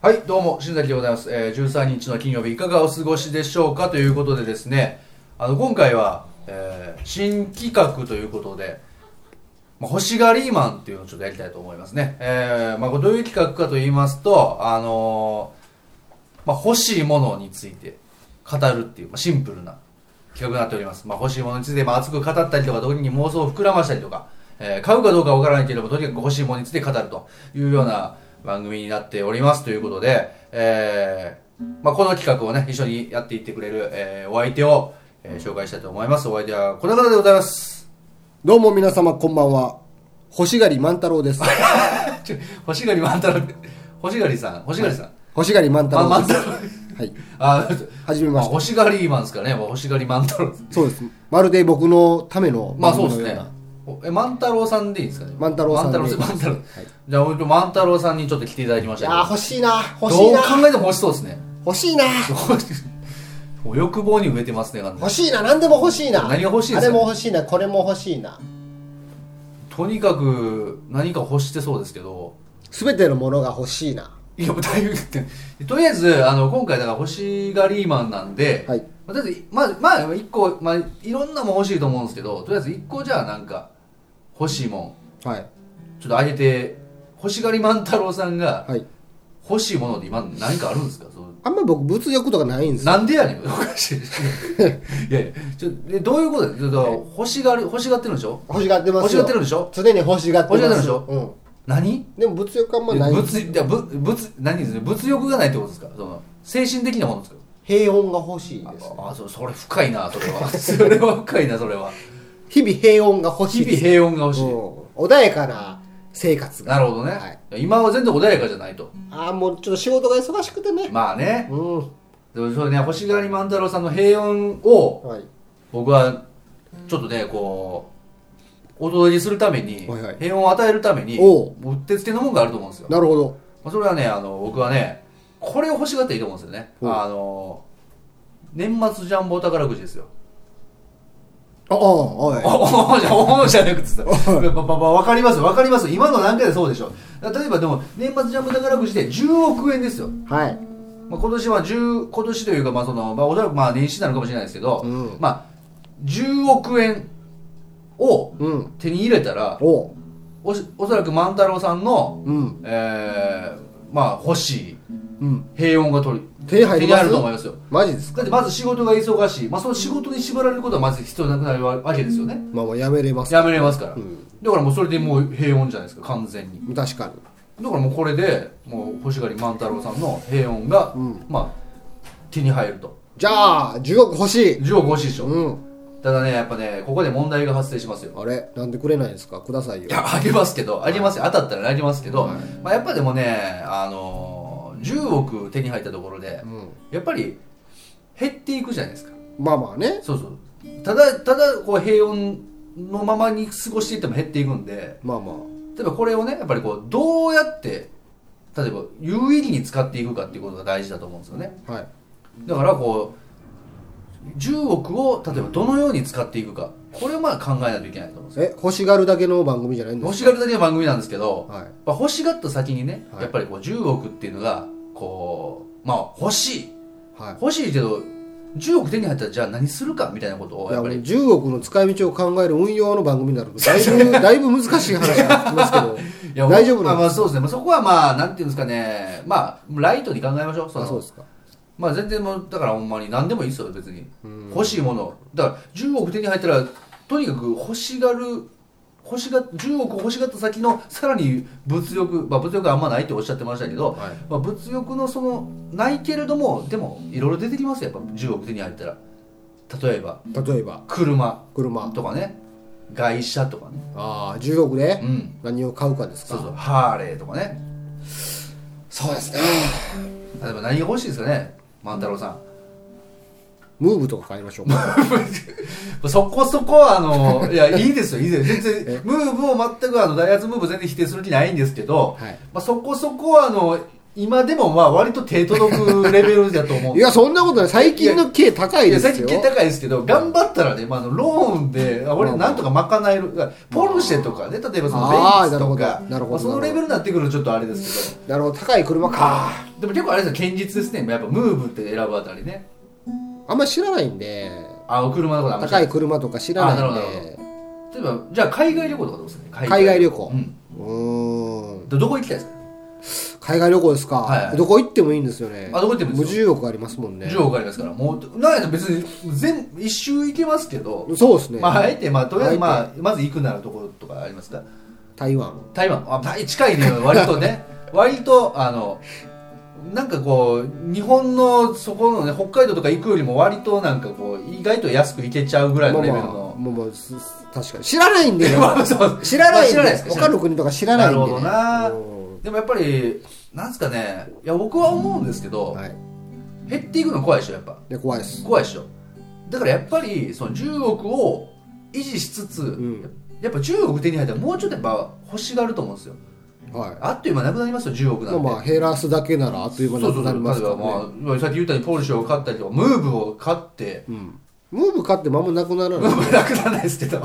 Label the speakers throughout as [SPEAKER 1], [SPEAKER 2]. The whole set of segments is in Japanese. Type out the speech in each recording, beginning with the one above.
[SPEAKER 1] はい、どうも、新崎でございます。えー、13日の金曜日、いかがお過ごしでしょうかということでですね、あの、今回は、えー新企画ということで、まあ、星がリーマンっていうのをちょっとやりたいと思いますね。えー、まあ、これどういう企画かと言いますと、あのーまあ、欲しいものについて語るっていう、まあ、シンプルな企画になっております。まあ、欲しいものについて、まあ、熱く語ったりとか、時に妄想を膨らましたりとか、えー買うかどうかわからないけれども、とにかく欲しいものについて語るというような番組になっておりますということで、えーまあ、この企画をね、一緒にやっていってくれる、えーお相手を、えー紹介したいと思います。お相手はこの方でございます。
[SPEAKER 2] どうも皆様こんばんは。星狩万太郎です。
[SPEAKER 1] ちょ星狩万太郎って星狩さん星狩さん、
[SPEAKER 2] 星狩万太
[SPEAKER 1] ま
[SPEAKER 2] 郎
[SPEAKER 1] 万
[SPEAKER 2] です。
[SPEAKER 1] 太郎
[SPEAKER 2] はい。
[SPEAKER 1] あ
[SPEAKER 2] はじめまして
[SPEAKER 1] 星狩マンですかねもう星狩万太郎
[SPEAKER 2] そうです。まるで僕のための
[SPEAKER 1] まあ
[SPEAKER 2] 番
[SPEAKER 1] そう
[SPEAKER 2] 組
[SPEAKER 1] で
[SPEAKER 2] の
[SPEAKER 1] す
[SPEAKER 2] よ
[SPEAKER 1] ね
[SPEAKER 2] うな。
[SPEAKER 1] おえ万太郎さんでいいですかね
[SPEAKER 2] 万太郎さんで
[SPEAKER 1] 万太郎万太郎、
[SPEAKER 2] はい
[SPEAKER 1] じゃあ俺と万太郎さんにちょっと来ていただきまし
[SPEAKER 2] い
[SPEAKER 1] たけど
[SPEAKER 2] やー欲しいな。欲し
[SPEAKER 1] ど
[SPEAKER 2] いうな。
[SPEAKER 1] 考えても欲しそうですね
[SPEAKER 2] 欲しいな。
[SPEAKER 1] お欲望に植えてますね完全
[SPEAKER 2] 欲
[SPEAKER 1] に
[SPEAKER 2] しいな。何でも欲しいな。
[SPEAKER 1] 何が欲しいん
[SPEAKER 2] あ
[SPEAKER 1] ですか
[SPEAKER 2] れも欲しいな。これも欲しいな。
[SPEAKER 1] とにかく何か欲してそうですけど
[SPEAKER 2] すべてのものが欲しいな。
[SPEAKER 1] いや大言って とりあえずあの今回だから星がリーマンなんで、
[SPEAKER 2] はい。
[SPEAKER 1] まあとりあえずまあまあ一個、まあ、いろんなもん欲しいと思うんですけどとりあえず一個じゃあなんか欲しいも
[SPEAKER 2] はい。
[SPEAKER 1] んちょっとあげて星狩り万太郎さんが
[SPEAKER 2] はい。
[SPEAKER 1] 欲しいもので今何かあるんですかそう
[SPEAKER 2] あんま僕物欲とかないんですよ。
[SPEAKER 1] なんでやねん おかしいいやいやちょでどういうことだよだから欲しがる欲しがってるんでしょ
[SPEAKER 2] 欲しがってますよ。
[SPEAKER 1] 欲しがってるんでしょ
[SPEAKER 2] 常に欲しがってます。
[SPEAKER 1] 欲しがってるで
[SPEAKER 2] うん。
[SPEAKER 1] 何
[SPEAKER 2] でも物欲あんまないんです
[SPEAKER 1] 物いやぶ物何ですね物欲がないってことですかその精神的なものですか
[SPEAKER 2] 平穏が欲しいです。
[SPEAKER 1] ああそうそれ深いなそれはそれは深いなそれは
[SPEAKER 2] 日々平穏が欲
[SPEAKER 1] 日
[SPEAKER 2] しいで
[SPEAKER 1] 々
[SPEAKER 2] す。
[SPEAKER 1] 平穏が欲しい、
[SPEAKER 2] うん穏やかな生活が
[SPEAKER 1] なるほどね、
[SPEAKER 2] はい
[SPEAKER 1] 今は全然穏やかじゃないと
[SPEAKER 2] ああもうちょっと仕事が忙しくてね
[SPEAKER 1] まあね
[SPEAKER 2] うんは
[SPEAKER 1] でもそうね星狩万太郎さんの平穏を
[SPEAKER 2] い
[SPEAKER 1] 僕はちょっとねこうお届けするために、
[SPEAKER 2] はいはい
[SPEAKER 1] 平穏を与えるために
[SPEAKER 2] おう
[SPEAKER 1] もうってつけのもんがあると思うんですよ、
[SPEAKER 2] なるほど
[SPEAKER 1] まあ、それはねあの僕はねこれを欲しがっていいと思うんですよね
[SPEAKER 2] おう
[SPEAKER 1] あの年末ジャンボ宝くじですよ
[SPEAKER 2] ああ
[SPEAKER 1] お
[SPEAKER 2] は
[SPEAKER 1] おおじゃおおじゃなくてさ、まままわかりますわかります今の段階でそうでしょ例えばでも年末ジャンボ宝くじで10億円ですよ
[SPEAKER 2] いはい
[SPEAKER 1] まあ、今年は10今年というかまあその、まあ、おそらくまあ年始なのかもしれないですけど、
[SPEAKER 2] うん
[SPEAKER 1] まあ、10億円を
[SPEAKER 2] うん
[SPEAKER 1] 手に入れたら
[SPEAKER 2] おう
[SPEAKER 1] おしおそらく万太郎さんの、
[SPEAKER 2] うん
[SPEAKER 1] えーまあ、欲しい
[SPEAKER 2] うん
[SPEAKER 1] 平穏が取り
[SPEAKER 2] 手に入ります
[SPEAKER 1] ると思いますよ
[SPEAKER 2] マジですか
[SPEAKER 1] だってまず仕事が忙しい、まあ、その仕事に縛られることはまず必要なくなるわけですよね
[SPEAKER 2] まあもうやめれます
[SPEAKER 1] やめれますから、
[SPEAKER 2] うん
[SPEAKER 1] だからもうそれでもう平穏じゃないですか完全に
[SPEAKER 2] 確かに
[SPEAKER 1] だからもうこれでもう星狩万太郎さんの平穏が、
[SPEAKER 2] うん
[SPEAKER 1] まあ、手に入ると
[SPEAKER 2] じゃあ10億欲しい
[SPEAKER 1] 10億欲しいでしょ、
[SPEAKER 2] うん
[SPEAKER 1] ただねやっぱねここで問題が発生しますよ
[SPEAKER 2] あれなんでくれないんですかくださいよ
[SPEAKER 1] いやあげますけどあげますよ当たったらあげますけど、
[SPEAKER 2] はい
[SPEAKER 1] まあ、やっぱでもねあのー10億手に入ったところで
[SPEAKER 2] うん
[SPEAKER 1] やっぱり減っていくじゃないですか
[SPEAKER 2] まあまあね
[SPEAKER 1] そうそうただただこう平穏のままに過ごしていっても減っていくんで
[SPEAKER 2] まあまあ
[SPEAKER 1] 例えばこれをねやっぱりこうどうやって例えば有意義に使っていくかっていうことが大事だと思うんですよね
[SPEAKER 2] はい
[SPEAKER 1] だからこう10億を例えばどのように使っていくかこれをまあ考えないといけないと思うんですよ
[SPEAKER 2] え欲しがるだけの番組じゃないんです
[SPEAKER 1] 欲しがるだけの番組なんですけど、
[SPEAKER 2] はい
[SPEAKER 1] まあ、欲しがった先にね、
[SPEAKER 2] はい
[SPEAKER 1] やっぱりこう10億っていうのがこうまあ欲しい
[SPEAKER 2] はい
[SPEAKER 1] 欲しいけど10億手に入ったらじゃあ何するかみたいなことを
[SPEAKER 2] い
[SPEAKER 1] や
[SPEAKER 2] や
[SPEAKER 1] っぱ
[SPEAKER 2] もう
[SPEAKER 1] り
[SPEAKER 2] 10億の使い道を考える運用の番組にな るとだいぶだいぶ難しい話になってますけど
[SPEAKER 1] いや
[SPEAKER 2] 大丈
[SPEAKER 1] ま
[SPEAKER 2] 夫な
[SPEAKER 1] あ
[SPEAKER 2] ん
[SPEAKER 1] ま
[SPEAKER 2] で
[SPEAKER 1] あそうですね、まあ、そこはまあなんていうんですかねまあライトに考えましょう
[SPEAKER 2] すか
[SPEAKER 1] の
[SPEAKER 2] あそうですか
[SPEAKER 1] まあ全然もうだからほんまに何でもいいですよ別に欲しいものだから10億手に入ったらとにかく欲しがる欲しが10億欲しがった先のさらに物欲、まあ、物欲はあんまないっておっしゃってましたけど、
[SPEAKER 2] はい
[SPEAKER 1] まあ、物欲のそのないけれどもでもいろいろ出てきますよやっぱ10億手に入ったら例えば
[SPEAKER 2] 例えば
[SPEAKER 1] 車
[SPEAKER 2] 車
[SPEAKER 1] とかね外車とかね
[SPEAKER 2] ああ10億で
[SPEAKER 1] うん
[SPEAKER 2] 何を買うかですか、
[SPEAKER 1] そうそうハーレーとかね
[SPEAKER 2] そうですね
[SPEAKER 1] 例えば何が欲しいですかね万太郎さん
[SPEAKER 2] ムーブとか買いましょう か
[SPEAKER 1] そこそこあ のいやいいですよいいですよ全然ムーブを全くあのダイハツムーブ全然否定する気ないんですけど、
[SPEAKER 2] はい
[SPEAKER 1] まあ、そこそこあの今でもまあ割と手届くレベルだと思うん
[SPEAKER 2] い
[SPEAKER 1] です
[SPEAKER 2] や、そんなことない。最近の経高いですよ。
[SPEAKER 1] いや最近高いですけど頑張ったらね、まあ、あのローンであ俺なんとか賄えるだからポルシェとかね例えばそのベ
[SPEAKER 2] あー
[SPEAKER 1] ンツとか
[SPEAKER 2] なる
[SPEAKER 1] ま
[SPEAKER 2] ほどなるほど
[SPEAKER 1] あそのレベルになってくるとちょっとあれですけど
[SPEAKER 2] なるほど、高い車か。
[SPEAKER 1] でも結構あれですよ堅実ですねやっぱムーブって選ぶあたりね
[SPEAKER 2] あんまり知らないんで、
[SPEAKER 1] あお車のことあんまり
[SPEAKER 2] 高い車とか知らないん
[SPEAKER 1] あなるほ
[SPEAKER 2] で、
[SPEAKER 1] 例えばじゃあ海外旅行とかどうですかね海
[SPEAKER 2] 海外旅行
[SPEAKER 1] う。ん
[SPEAKER 2] うーん。
[SPEAKER 1] でどこ行きたいですか
[SPEAKER 2] 海外旅行ですか、
[SPEAKER 1] はい
[SPEAKER 2] どこ行ってもいいんですよね。
[SPEAKER 1] あどこ行ってもいい
[SPEAKER 2] 無
[SPEAKER 1] です
[SPEAKER 2] 重億ありますもんね。
[SPEAKER 1] 10億ありますからもうなんやったら別に全一周行けますけど、
[SPEAKER 2] そうですね。
[SPEAKER 1] まああえてまあとりあえずま
[SPEAKER 2] あ
[SPEAKER 1] あまず行くならどことかありますか
[SPEAKER 2] 台湾。
[SPEAKER 1] 台湾あタイ近いね割と ね割とあのなんかこう日本のそこのね北海道とか行くよりも割となんかこう意外と安く行けちゃうぐらいのレベルの、
[SPEAKER 2] まあまあす確かに。知らないんでよ。
[SPEAKER 1] まあそう
[SPEAKER 2] 知らないん
[SPEAKER 1] 知
[SPEAKER 2] で、
[SPEAKER 1] らないです
[SPEAKER 2] 他の国とか知らないんで、ね。
[SPEAKER 1] なるほ
[SPEAKER 2] うん
[SPEAKER 1] でもやっぱりなんですかねいや僕は思うんですけど、
[SPEAKER 2] はい。
[SPEAKER 1] 減っていくの怖いでしょやっぱ
[SPEAKER 2] で、怖いです。
[SPEAKER 1] 怖いでしょだからやっぱりその10億を維持しつつ、
[SPEAKER 2] ん
[SPEAKER 1] やっぱ10億手に入ったらもうちょっとやっぱ欲しがると思うんですよ
[SPEAKER 2] はい。
[SPEAKER 1] あっという間なくなりますよ10億なん
[SPEAKER 2] まあ
[SPEAKER 1] て、
[SPEAKER 2] まあ減らすだけならあっという間
[SPEAKER 1] そ
[SPEAKER 2] な
[SPEAKER 1] うそ
[SPEAKER 2] く
[SPEAKER 1] うそ
[SPEAKER 2] な
[SPEAKER 1] う
[SPEAKER 2] りますからね
[SPEAKER 1] まあまあさっき言ったようにポルシェを買ったりとかムーブを買って
[SPEAKER 2] うんムーブ買って間もなくなら
[SPEAKER 1] ム
[SPEAKER 2] ない
[SPEAKER 1] ーブなくならないですけど、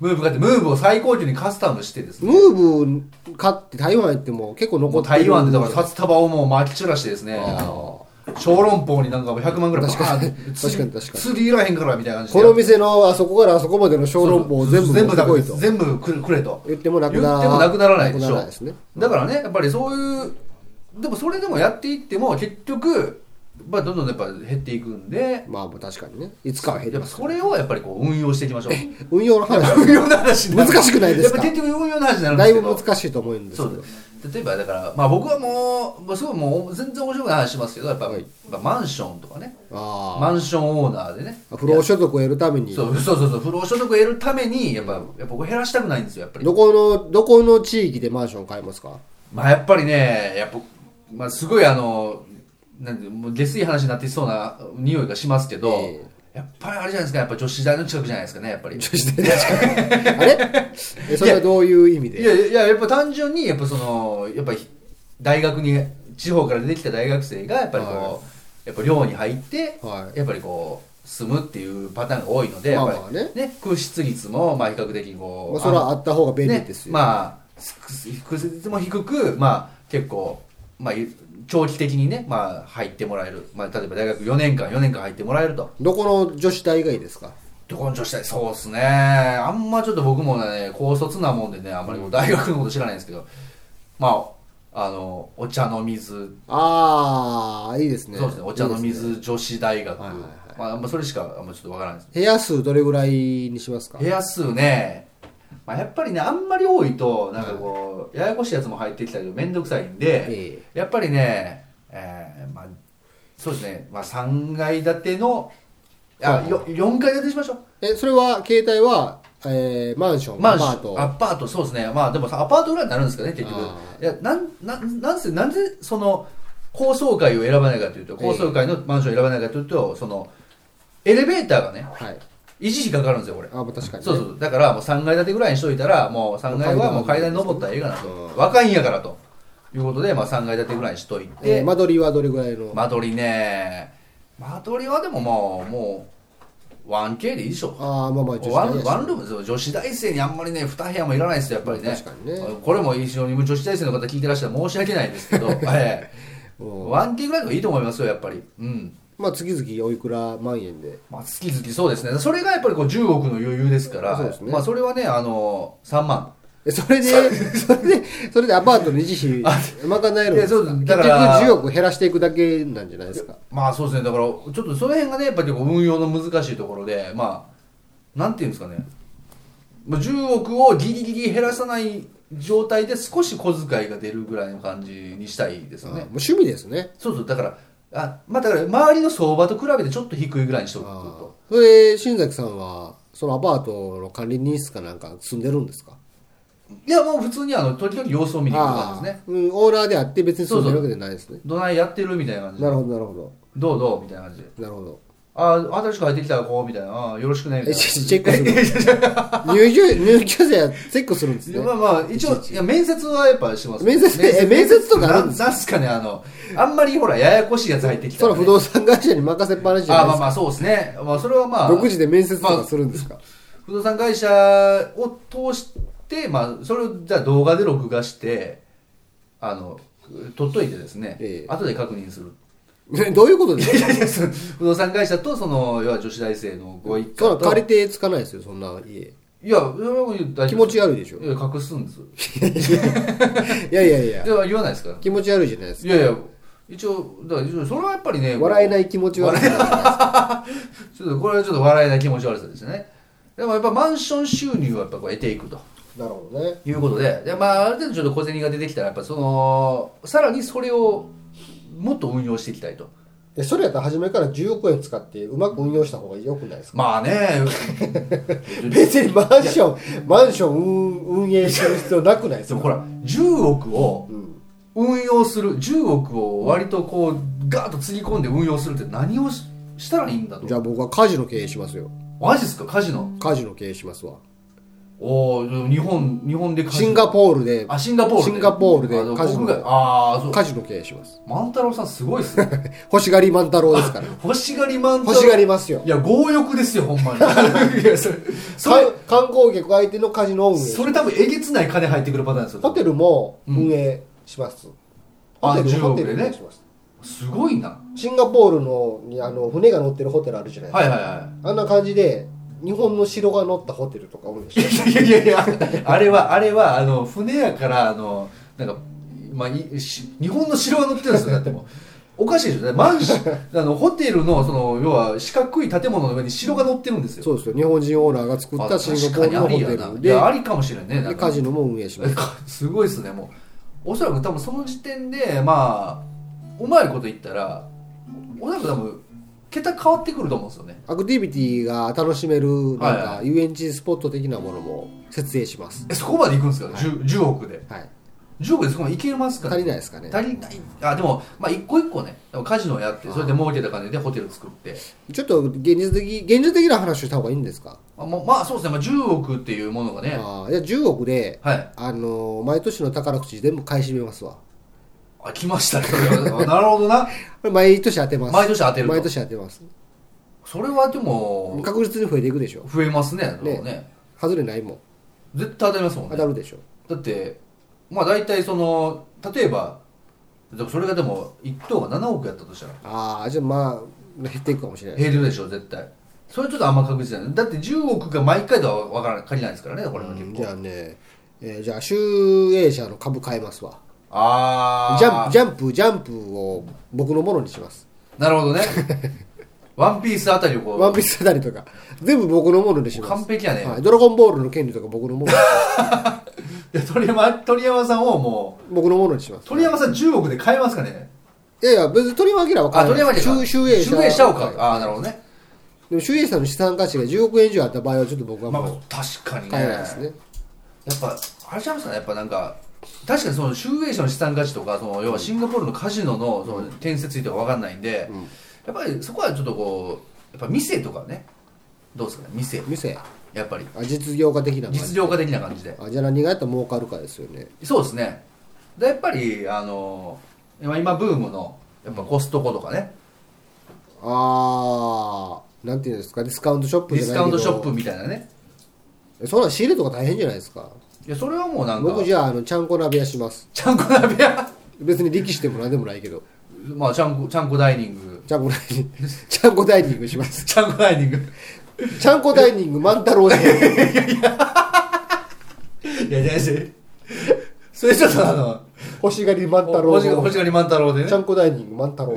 [SPEAKER 1] ムーブ買ってムーブを最高級にカスタムしてですね
[SPEAKER 2] ムーブ買って台湾行っても結構
[SPEAKER 1] も
[SPEAKER 2] 残
[SPEAKER 1] う
[SPEAKER 2] ってる
[SPEAKER 1] 台湾でだから札束をもう撒き散らしてですねあの小籠包になんか100万ぐらいバーンって
[SPEAKER 2] 確かに確かに
[SPEAKER 1] 釣りいらへんからみたいな感じで
[SPEAKER 2] この店のあそこからあそこまでの小籠包を全部
[SPEAKER 1] 全部
[SPEAKER 2] 持って
[SPEAKER 1] だ
[SPEAKER 2] こいと
[SPEAKER 1] 全部くれくれと
[SPEAKER 2] 言ってもなくな
[SPEAKER 1] 言ってもなくならないでしょ
[SPEAKER 2] なくらですね
[SPEAKER 1] だからねやっぱりそういうでもそれでもやっていっても結局、まあ、どんどんやっぱ減っていくんで
[SPEAKER 2] まあまあ確かにねいつかは減
[SPEAKER 1] や
[SPEAKER 2] り
[SPEAKER 1] っ
[SPEAKER 2] ま
[SPEAKER 1] ぱ
[SPEAKER 2] す
[SPEAKER 1] それをやっぱりこう運用していきましょう
[SPEAKER 2] 運用の話
[SPEAKER 1] 運用の話になる
[SPEAKER 2] 難しくないですか
[SPEAKER 1] やっぱ結局運用の話になるんで
[SPEAKER 2] だ
[SPEAKER 1] す
[SPEAKER 2] い
[SPEAKER 1] け
[SPEAKER 2] ぶ
[SPEAKER 1] ど
[SPEAKER 2] 難しいと思うんですけど
[SPEAKER 1] そう例えばだから、まあ、僕はもう、まあ、すごいもう全然面白くない話しますけどやっぱ、
[SPEAKER 2] はい
[SPEAKER 1] まあマンションとかねマ
[SPEAKER 2] あ
[SPEAKER 1] ンションオーナーでね
[SPEAKER 2] あ不労所得を得るために
[SPEAKER 1] そうそうそうそう不労所得を得るためにやっぱやっぱ僕減らしたくないんですよやっぱり
[SPEAKER 2] どこのどこの地域でマンション買いますか
[SPEAKER 1] まあやっぱりねやっぱ、まあ、すごいあのなんてもう下水話になっていそうな匂いがしますけど、
[SPEAKER 2] え
[SPEAKER 1] やっぱりあれじゃないですかやっぱ女子大の近くじゃないですかねやっぱり
[SPEAKER 2] あれえそれはどういう意味
[SPEAKER 1] い
[SPEAKER 2] で
[SPEAKER 1] やいややっぱ単純にやっぱそのやっぱり大学に地方から出てきた大学生がやっぱりこう、
[SPEAKER 2] は
[SPEAKER 1] やっぱ寮に入って、
[SPEAKER 2] はい
[SPEAKER 1] やっぱりこう住むっていうパターンが多いので、
[SPEAKER 2] まあまあ
[SPEAKER 1] やっぱり空室率もまあ比較的こう、
[SPEAKER 2] まあそれはあった方が便利
[SPEAKER 1] ね
[SPEAKER 2] ですよ
[SPEAKER 1] まあ空室率も低くまあ結構まあ長期的にねまあ入ってもらえるまあ例えば大学4年間4年間入ってもらえると
[SPEAKER 2] どこの女子大がいいですか
[SPEAKER 1] どこに女子大そうっすねあんまちょっと僕もね高卒なもんでねあんまりこう大学のこと知らないんですけどまああのお茶の水、
[SPEAKER 2] ああいいですね
[SPEAKER 1] そうですねお茶の
[SPEAKER 2] いいですね
[SPEAKER 1] 水女子大学
[SPEAKER 2] はいはいはい
[SPEAKER 1] まああんまそれしかあんまちょっとわからないです
[SPEAKER 2] 部屋数どれぐらいにしますか
[SPEAKER 1] 部屋数ね、まあ、やっぱりねあんまり多いとなんかこう、ややこしいやつも入ってきたりと面倒くさいんで、
[SPEAKER 2] え
[SPEAKER 1] やっぱりね、えーまあ、そうですね、まあ、3階建てのあ、
[SPEAKER 2] はい
[SPEAKER 1] よ4階建てにしましょう
[SPEAKER 2] えそれは携帯は、えーマンション
[SPEAKER 1] まあ、
[SPEAKER 2] アパート
[SPEAKER 1] アパートそうですねまあでもさアパートぐらいになるんですかね結局
[SPEAKER 2] あ
[SPEAKER 1] いやなんなんなんせなんでその高層階を選ばないかというと
[SPEAKER 2] ええ
[SPEAKER 1] 高層階のマンションを選ばないかというと、そのエレベーターがね
[SPEAKER 2] はい
[SPEAKER 1] 維持費かかるんですよこれ
[SPEAKER 2] あまあ確かに、ね、
[SPEAKER 1] そうそうだからもう3階建てぐらいにしといたらもう3階はもう階段に登ったらええかな
[SPEAKER 2] うん
[SPEAKER 1] と若いんやからということで、まあ、3階建てぐらいにしとい
[SPEAKER 2] え
[SPEAKER 1] て、
[SPEAKER 2] ー間取りはどれぐらいの、
[SPEAKER 1] 間取りね間取りはでももうもう 1K でいいでしょ
[SPEAKER 2] ああまあまあ女子
[SPEAKER 1] ワ
[SPEAKER 2] 大
[SPEAKER 1] ン
[SPEAKER 2] です
[SPEAKER 1] ワンルームですよ女子大生にあんまりね2部屋もいらないですよやっぱりね
[SPEAKER 2] 確かにね
[SPEAKER 1] これも非常に女子大生の方聞いてらっしゃる申し訳ないですけ ど、ええ、
[SPEAKER 2] うん
[SPEAKER 1] 1K ぐらいの方がいいと思いますよやっぱりうん
[SPEAKER 2] まあ月々おいくら万円で
[SPEAKER 1] まあ好き好きそうですねそれがやっぱりこう10億の余裕ですから
[SPEAKER 2] そうですね
[SPEAKER 1] まあそれはねあの3万
[SPEAKER 2] えそれで それでそれでアパートの維持費賄えるんですか
[SPEAKER 1] いやそう
[SPEAKER 2] 結
[SPEAKER 1] だか
[SPEAKER 2] 局
[SPEAKER 1] ら
[SPEAKER 2] 10億減らしていくだけなんじゃないですか
[SPEAKER 1] まあそうですねだからちょっとその辺がねやっぱりこう運用の難しいところでまあなんていうんですかねまあ10億をギリギリ減らさない状態で少し小遣いが出るぐらいの感じにしたいです
[SPEAKER 2] あ
[SPEAKER 1] よ
[SPEAKER 2] ーもう
[SPEAKER 1] ね
[SPEAKER 2] 趣味ですね
[SPEAKER 1] そうそうだからあまあだから周りの相場と比べてちょっと低いぐらいにしとく
[SPEAKER 2] あー
[SPEAKER 1] と
[SPEAKER 2] それで新崎さんはそのアパートの管理人室かなんか住んでるんですか
[SPEAKER 1] いやもう普通にあの時々様子を見に行くとかですね
[SPEAKER 2] あーうんオーナーであって別に住んでるわけじゃないですね
[SPEAKER 1] どないやってるみたいな感じで
[SPEAKER 2] なるほどなるほど
[SPEAKER 1] どうどうみたいな感じで
[SPEAKER 2] なるほど
[SPEAKER 1] あー新しく入ってきた子みたいなあーよろしくねみた
[SPEAKER 2] え
[SPEAKER 1] いな
[SPEAKER 2] チェチェックするの入居 入居者はチェックするんですね
[SPEAKER 1] まあまあ一応いや面接はやっぱしてます
[SPEAKER 2] 面接え面接とかあるんです
[SPEAKER 1] ななんすかねあのあんまりほらややこしいやつ入ってきた
[SPEAKER 2] そ
[SPEAKER 1] ら
[SPEAKER 2] の
[SPEAKER 1] ね、
[SPEAKER 2] 不動産会社に任せっぱなしじゃ
[SPEAKER 1] あーまあ
[SPEAKER 2] ないで
[SPEAKER 1] まあそうですねまあそれは
[SPEAKER 2] す
[SPEAKER 1] ま
[SPEAKER 2] か
[SPEAKER 1] あ
[SPEAKER 2] 独自で面接とかするんですか
[SPEAKER 1] 不動産会社を通してまあそれをじゃあ動画で録画してあの撮っといてですね、
[SPEAKER 2] ええ
[SPEAKER 1] 後で確認する
[SPEAKER 2] どういうことです
[SPEAKER 1] い
[SPEAKER 2] か
[SPEAKER 1] やいやその不動産会社とその要は女子大生のご一家
[SPEAKER 2] そら
[SPEAKER 1] と
[SPEAKER 2] 借り手つかないですよそんな家
[SPEAKER 1] いやそれは言う大丈夫
[SPEAKER 2] 気持ち 悪いでしょ
[SPEAKER 1] いや隠すんです
[SPEAKER 2] いやいやいや
[SPEAKER 1] いや言わないですから
[SPEAKER 2] 気持ち悪いじゃないです
[SPEAKER 1] い
[SPEAKER 2] か
[SPEAKER 1] やいや一応だから一応それはやっぱりね
[SPEAKER 2] 笑えないい気持ち悪いじゃないですか
[SPEAKER 1] ちょっとこれはちょっと笑えない気持ち悪さですよねでもやっぱマンション収入はやっぱこう得ていくと
[SPEAKER 2] なるほどね
[SPEAKER 1] いうことでで、まあ、ある程度ちょっと小銭が出てきたらやっぱそのさらにそれをもっと運用していきたいと
[SPEAKER 2] えそれやったら初めから10億円使ってうまく運用した方がよくないですか
[SPEAKER 1] まあね
[SPEAKER 2] 別にマンションマンション運運営する必要なくないで
[SPEAKER 1] ですも
[SPEAKER 2] か
[SPEAKER 1] ほら10億を
[SPEAKER 2] うん
[SPEAKER 1] 運用する10億を割とこうガーッとつぎ込んで運用するって何をししたらいいんだと
[SPEAKER 2] じゃあ僕はカジノ経営しますよ
[SPEAKER 1] マジですかカジノ
[SPEAKER 2] カジノ経営しますわ
[SPEAKER 1] おお日本日本でカジノ
[SPEAKER 2] シンガポールで
[SPEAKER 1] あシンガポールで
[SPEAKER 2] シンガポールで
[SPEAKER 1] あの
[SPEAKER 2] カジノ
[SPEAKER 1] 国外ああそう
[SPEAKER 2] カジノ経営 します
[SPEAKER 1] 万太郎さんすごいっすね
[SPEAKER 2] 星狩り万太郎ですから
[SPEAKER 1] 欲しがり万太郎
[SPEAKER 2] 欲しがりますよ
[SPEAKER 1] いや強欲ですよほ んまにいやそれそれ
[SPEAKER 2] か観光客相手のカジノ運営
[SPEAKER 1] それ多分えげつない金入ってくるパターンですよ
[SPEAKER 2] ホテルも運営します、ホテル
[SPEAKER 1] あ10
[SPEAKER 2] ホ
[SPEAKER 1] 億
[SPEAKER 2] テ
[SPEAKER 1] で
[SPEAKER 2] ル
[SPEAKER 1] ね
[SPEAKER 2] 運営します
[SPEAKER 1] すごいな
[SPEAKER 2] シンガポールのにあの船が乗ってるホテルあるじゃないですか、
[SPEAKER 1] はいはいは
[SPEAKER 2] あんな感じで日本の城が乗ったホテルとか多いでしょ
[SPEAKER 1] いいやいやいやあれはあれはあの船やからあのなんか、まあ、いし日本の城が乗ってるんですよだってもうおかしいでしょだってマンションあのホテルのその要は四角い建物の上に城が乗ってるんですよ
[SPEAKER 2] そうですよ日本人オーナーが作った
[SPEAKER 1] あ
[SPEAKER 2] シン
[SPEAKER 1] 確
[SPEAKER 2] ガポ
[SPEAKER 1] か
[SPEAKER 2] ー
[SPEAKER 1] にあり
[SPEAKER 2] ルのホテ
[SPEAKER 1] や
[SPEAKER 2] ル
[SPEAKER 1] な
[SPEAKER 2] で
[SPEAKER 1] いやありかもしれんねなん
[SPEAKER 2] で
[SPEAKER 1] か
[SPEAKER 2] カジノも運営します
[SPEAKER 1] えかすごいですねもうおそらく多分その時点でまあうまいこと言ったらおそらく多分桁変わってくると思うんですよね
[SPEAKER 2] アクティビティが楽しめるなん
[SPEAKER 1] はい
[SPEAKER 2] か遊園地スポット的なものも設営します
[SPEAKER 1] えそこまでいくんですか、十 10, 10億で
[SPEAKER 2] はい
[SPEAKER 1] 10億でそこまでいけますか
[SPEAKER 2] 足りないですかね
[SPEAKER 1] 足りないあでもまあ一個一個ねでもカジノやってそれで儲けた金でホテル作って
[SPEAKER 2] ちょっと現実的現実的な話をした方がいいんですか
[SPEAKER 1] あまあまあそうですね、まあ、10億っていうものがね
[SPEAKER 2] ああいや10億で
[SPEAKER 1] はい
[SPEAKER 2] あのー毎年の宝くじ全部買い占めますわ
[SPEAKER 1] あ来ましたねそ れはなるほどな
[SPEAKER 2] これ毎年当てます
[SPEAKER 1] 毎年当てると
[SPEAKER 2] 毎年当てます
[SPEAKER 1] それはでも
[SPEAKER 2] 確実に増えていくでしょ
[SPEAKER 1] 増えますね
[SPEAKER 2] ね
[SPEAKER 1] ねね
[SPEAKER 2] 外れないもん
[SPEAKER 1] 絶対当たりますもん
[SPEAKER 2] 当
[SPEAKER 1] ね
[SPEAKER 2] たるでしょ
[SPEAKER 1] だってまあ大体その例えばでもそれがでも1等が7億やったとしたら
[SPEAKER 2] ああじゃあまあ減っていくかもしれない
[SPEAKER 1] 減るでしょ絶対それちょっとあんま確実じゃないだって10億が毎回とは分からない借りないですからねこれは結
[SPEAKER 2] うん
[SPEAKER 1] 構
[SPEAKER 2] じゃあね、えーじゃあ集英社の株買いますわ
[SPEAKER 1] ああ
[SPEAKER 2] ジャンプジャンプジャンプを僕のものにします
[SPEAKER 1] なるほどねワンピースあたりをこう
[SPEAKER 2] ワンピースあたりとか全部僕のものにします
[SPEAKER 1] 完璧やね、
[SPEAKER 2] はい、ドラゴンボールの権利とか僕のも の
[SPEAKER 1] いや鳥山鳥山さんをも
[SPEAKER 2] 僕のものにしま
[SPEAKER 1] う
[SPEAKER 2] す
[SPEAKER 1] 鳥山さん10億で買えますかね
[SPEAKER 2] いやいや別に鳥山明は
[SPEAKER 1] あ
[SPEAKER 2] 買
[SPEAKER 1] 鳥
[SPEAKER 2] えな
[SPEAKER 1] 山
[SPEAKER 2] い
[SPEAKER 1] じゃ
[SPEAKER 2] 集集英社
[SPEAKER 1] を買うああなるほどね
[SPEAKER 2] でも集英社の資産価値が10億円以上あった場合はちょっと僕は
[SPEAKER 1] まあ
[SPEAKER 2] も
[SPEAKER 1] 確かに
[SPEAKER 2] う
[SPEAKER 1] ね
[SPEAKER 2] 買えないですね、
[SPEAKER 1] やっぱあれじゃないですかねやっぱなんか確かにその集英社の資産価値とかその要はシンガポールのカジノのその建設費とか分かんないんで、
[SPEAKER 2] うん
[SPEAKER 1] やっぱりそこはちょっとこうやっぱ店とかねどうですかね店
[SPEAKER 2] 店
[SPEAKER 1] やっぱり
[SPEAKER 2] あ実業家的な感じ
[SPEAKER 1] 実業家的な感じで
[SPEAKER 2] あじゃあ何がやったら儲かるかですよね
[SPEAKER 1] そうですねでやっぱりあの今今ブームのやっぱコストコとかね
[SPEAKER 2] ああなんていうんですかディスカウントショップ
[SPEAKER 1] ディ
[SPEAKER 2] じゃ
[SPEAKER 1] ス
[SPEAKER 2] な
[SPEAKER 1] カ
[SPEAKER 2] いけ
[SPEAKER 1] ウ
[SPEAKER 2] ど
[SPEAKER 1] ントショップみたいなね
[SPEAKER 2] プそんなん仕入れとか大変じゃないですか
[SPEAKER 1] いやそれはもうなんか
[SPEAKER 2] 僕じゃああのちゃんこ鍋屋します
[SPEAKER 1] ちゃんこ鍋屋
[SPEAKER 2] 別に力士でも何でもないけど
[SPEAKER 1] まあちゃんこちゃんこダイニング
[SPEAKER 2] ちゃんこダイニング ちゃんこダイニングします
[SPEAKER 1] ちゃんこダイニング
[SPEAKER 2] ちゃんこダイニング万太郎します
[SPEAKER 1] いやいやいやそれちょっとあの
[SPEAKER 2] 星狩り万太郎
[SPEAKER 1] 星が星狩り万太郎でね
[SPEAKER 2] ちゃんこダイニング万 太郎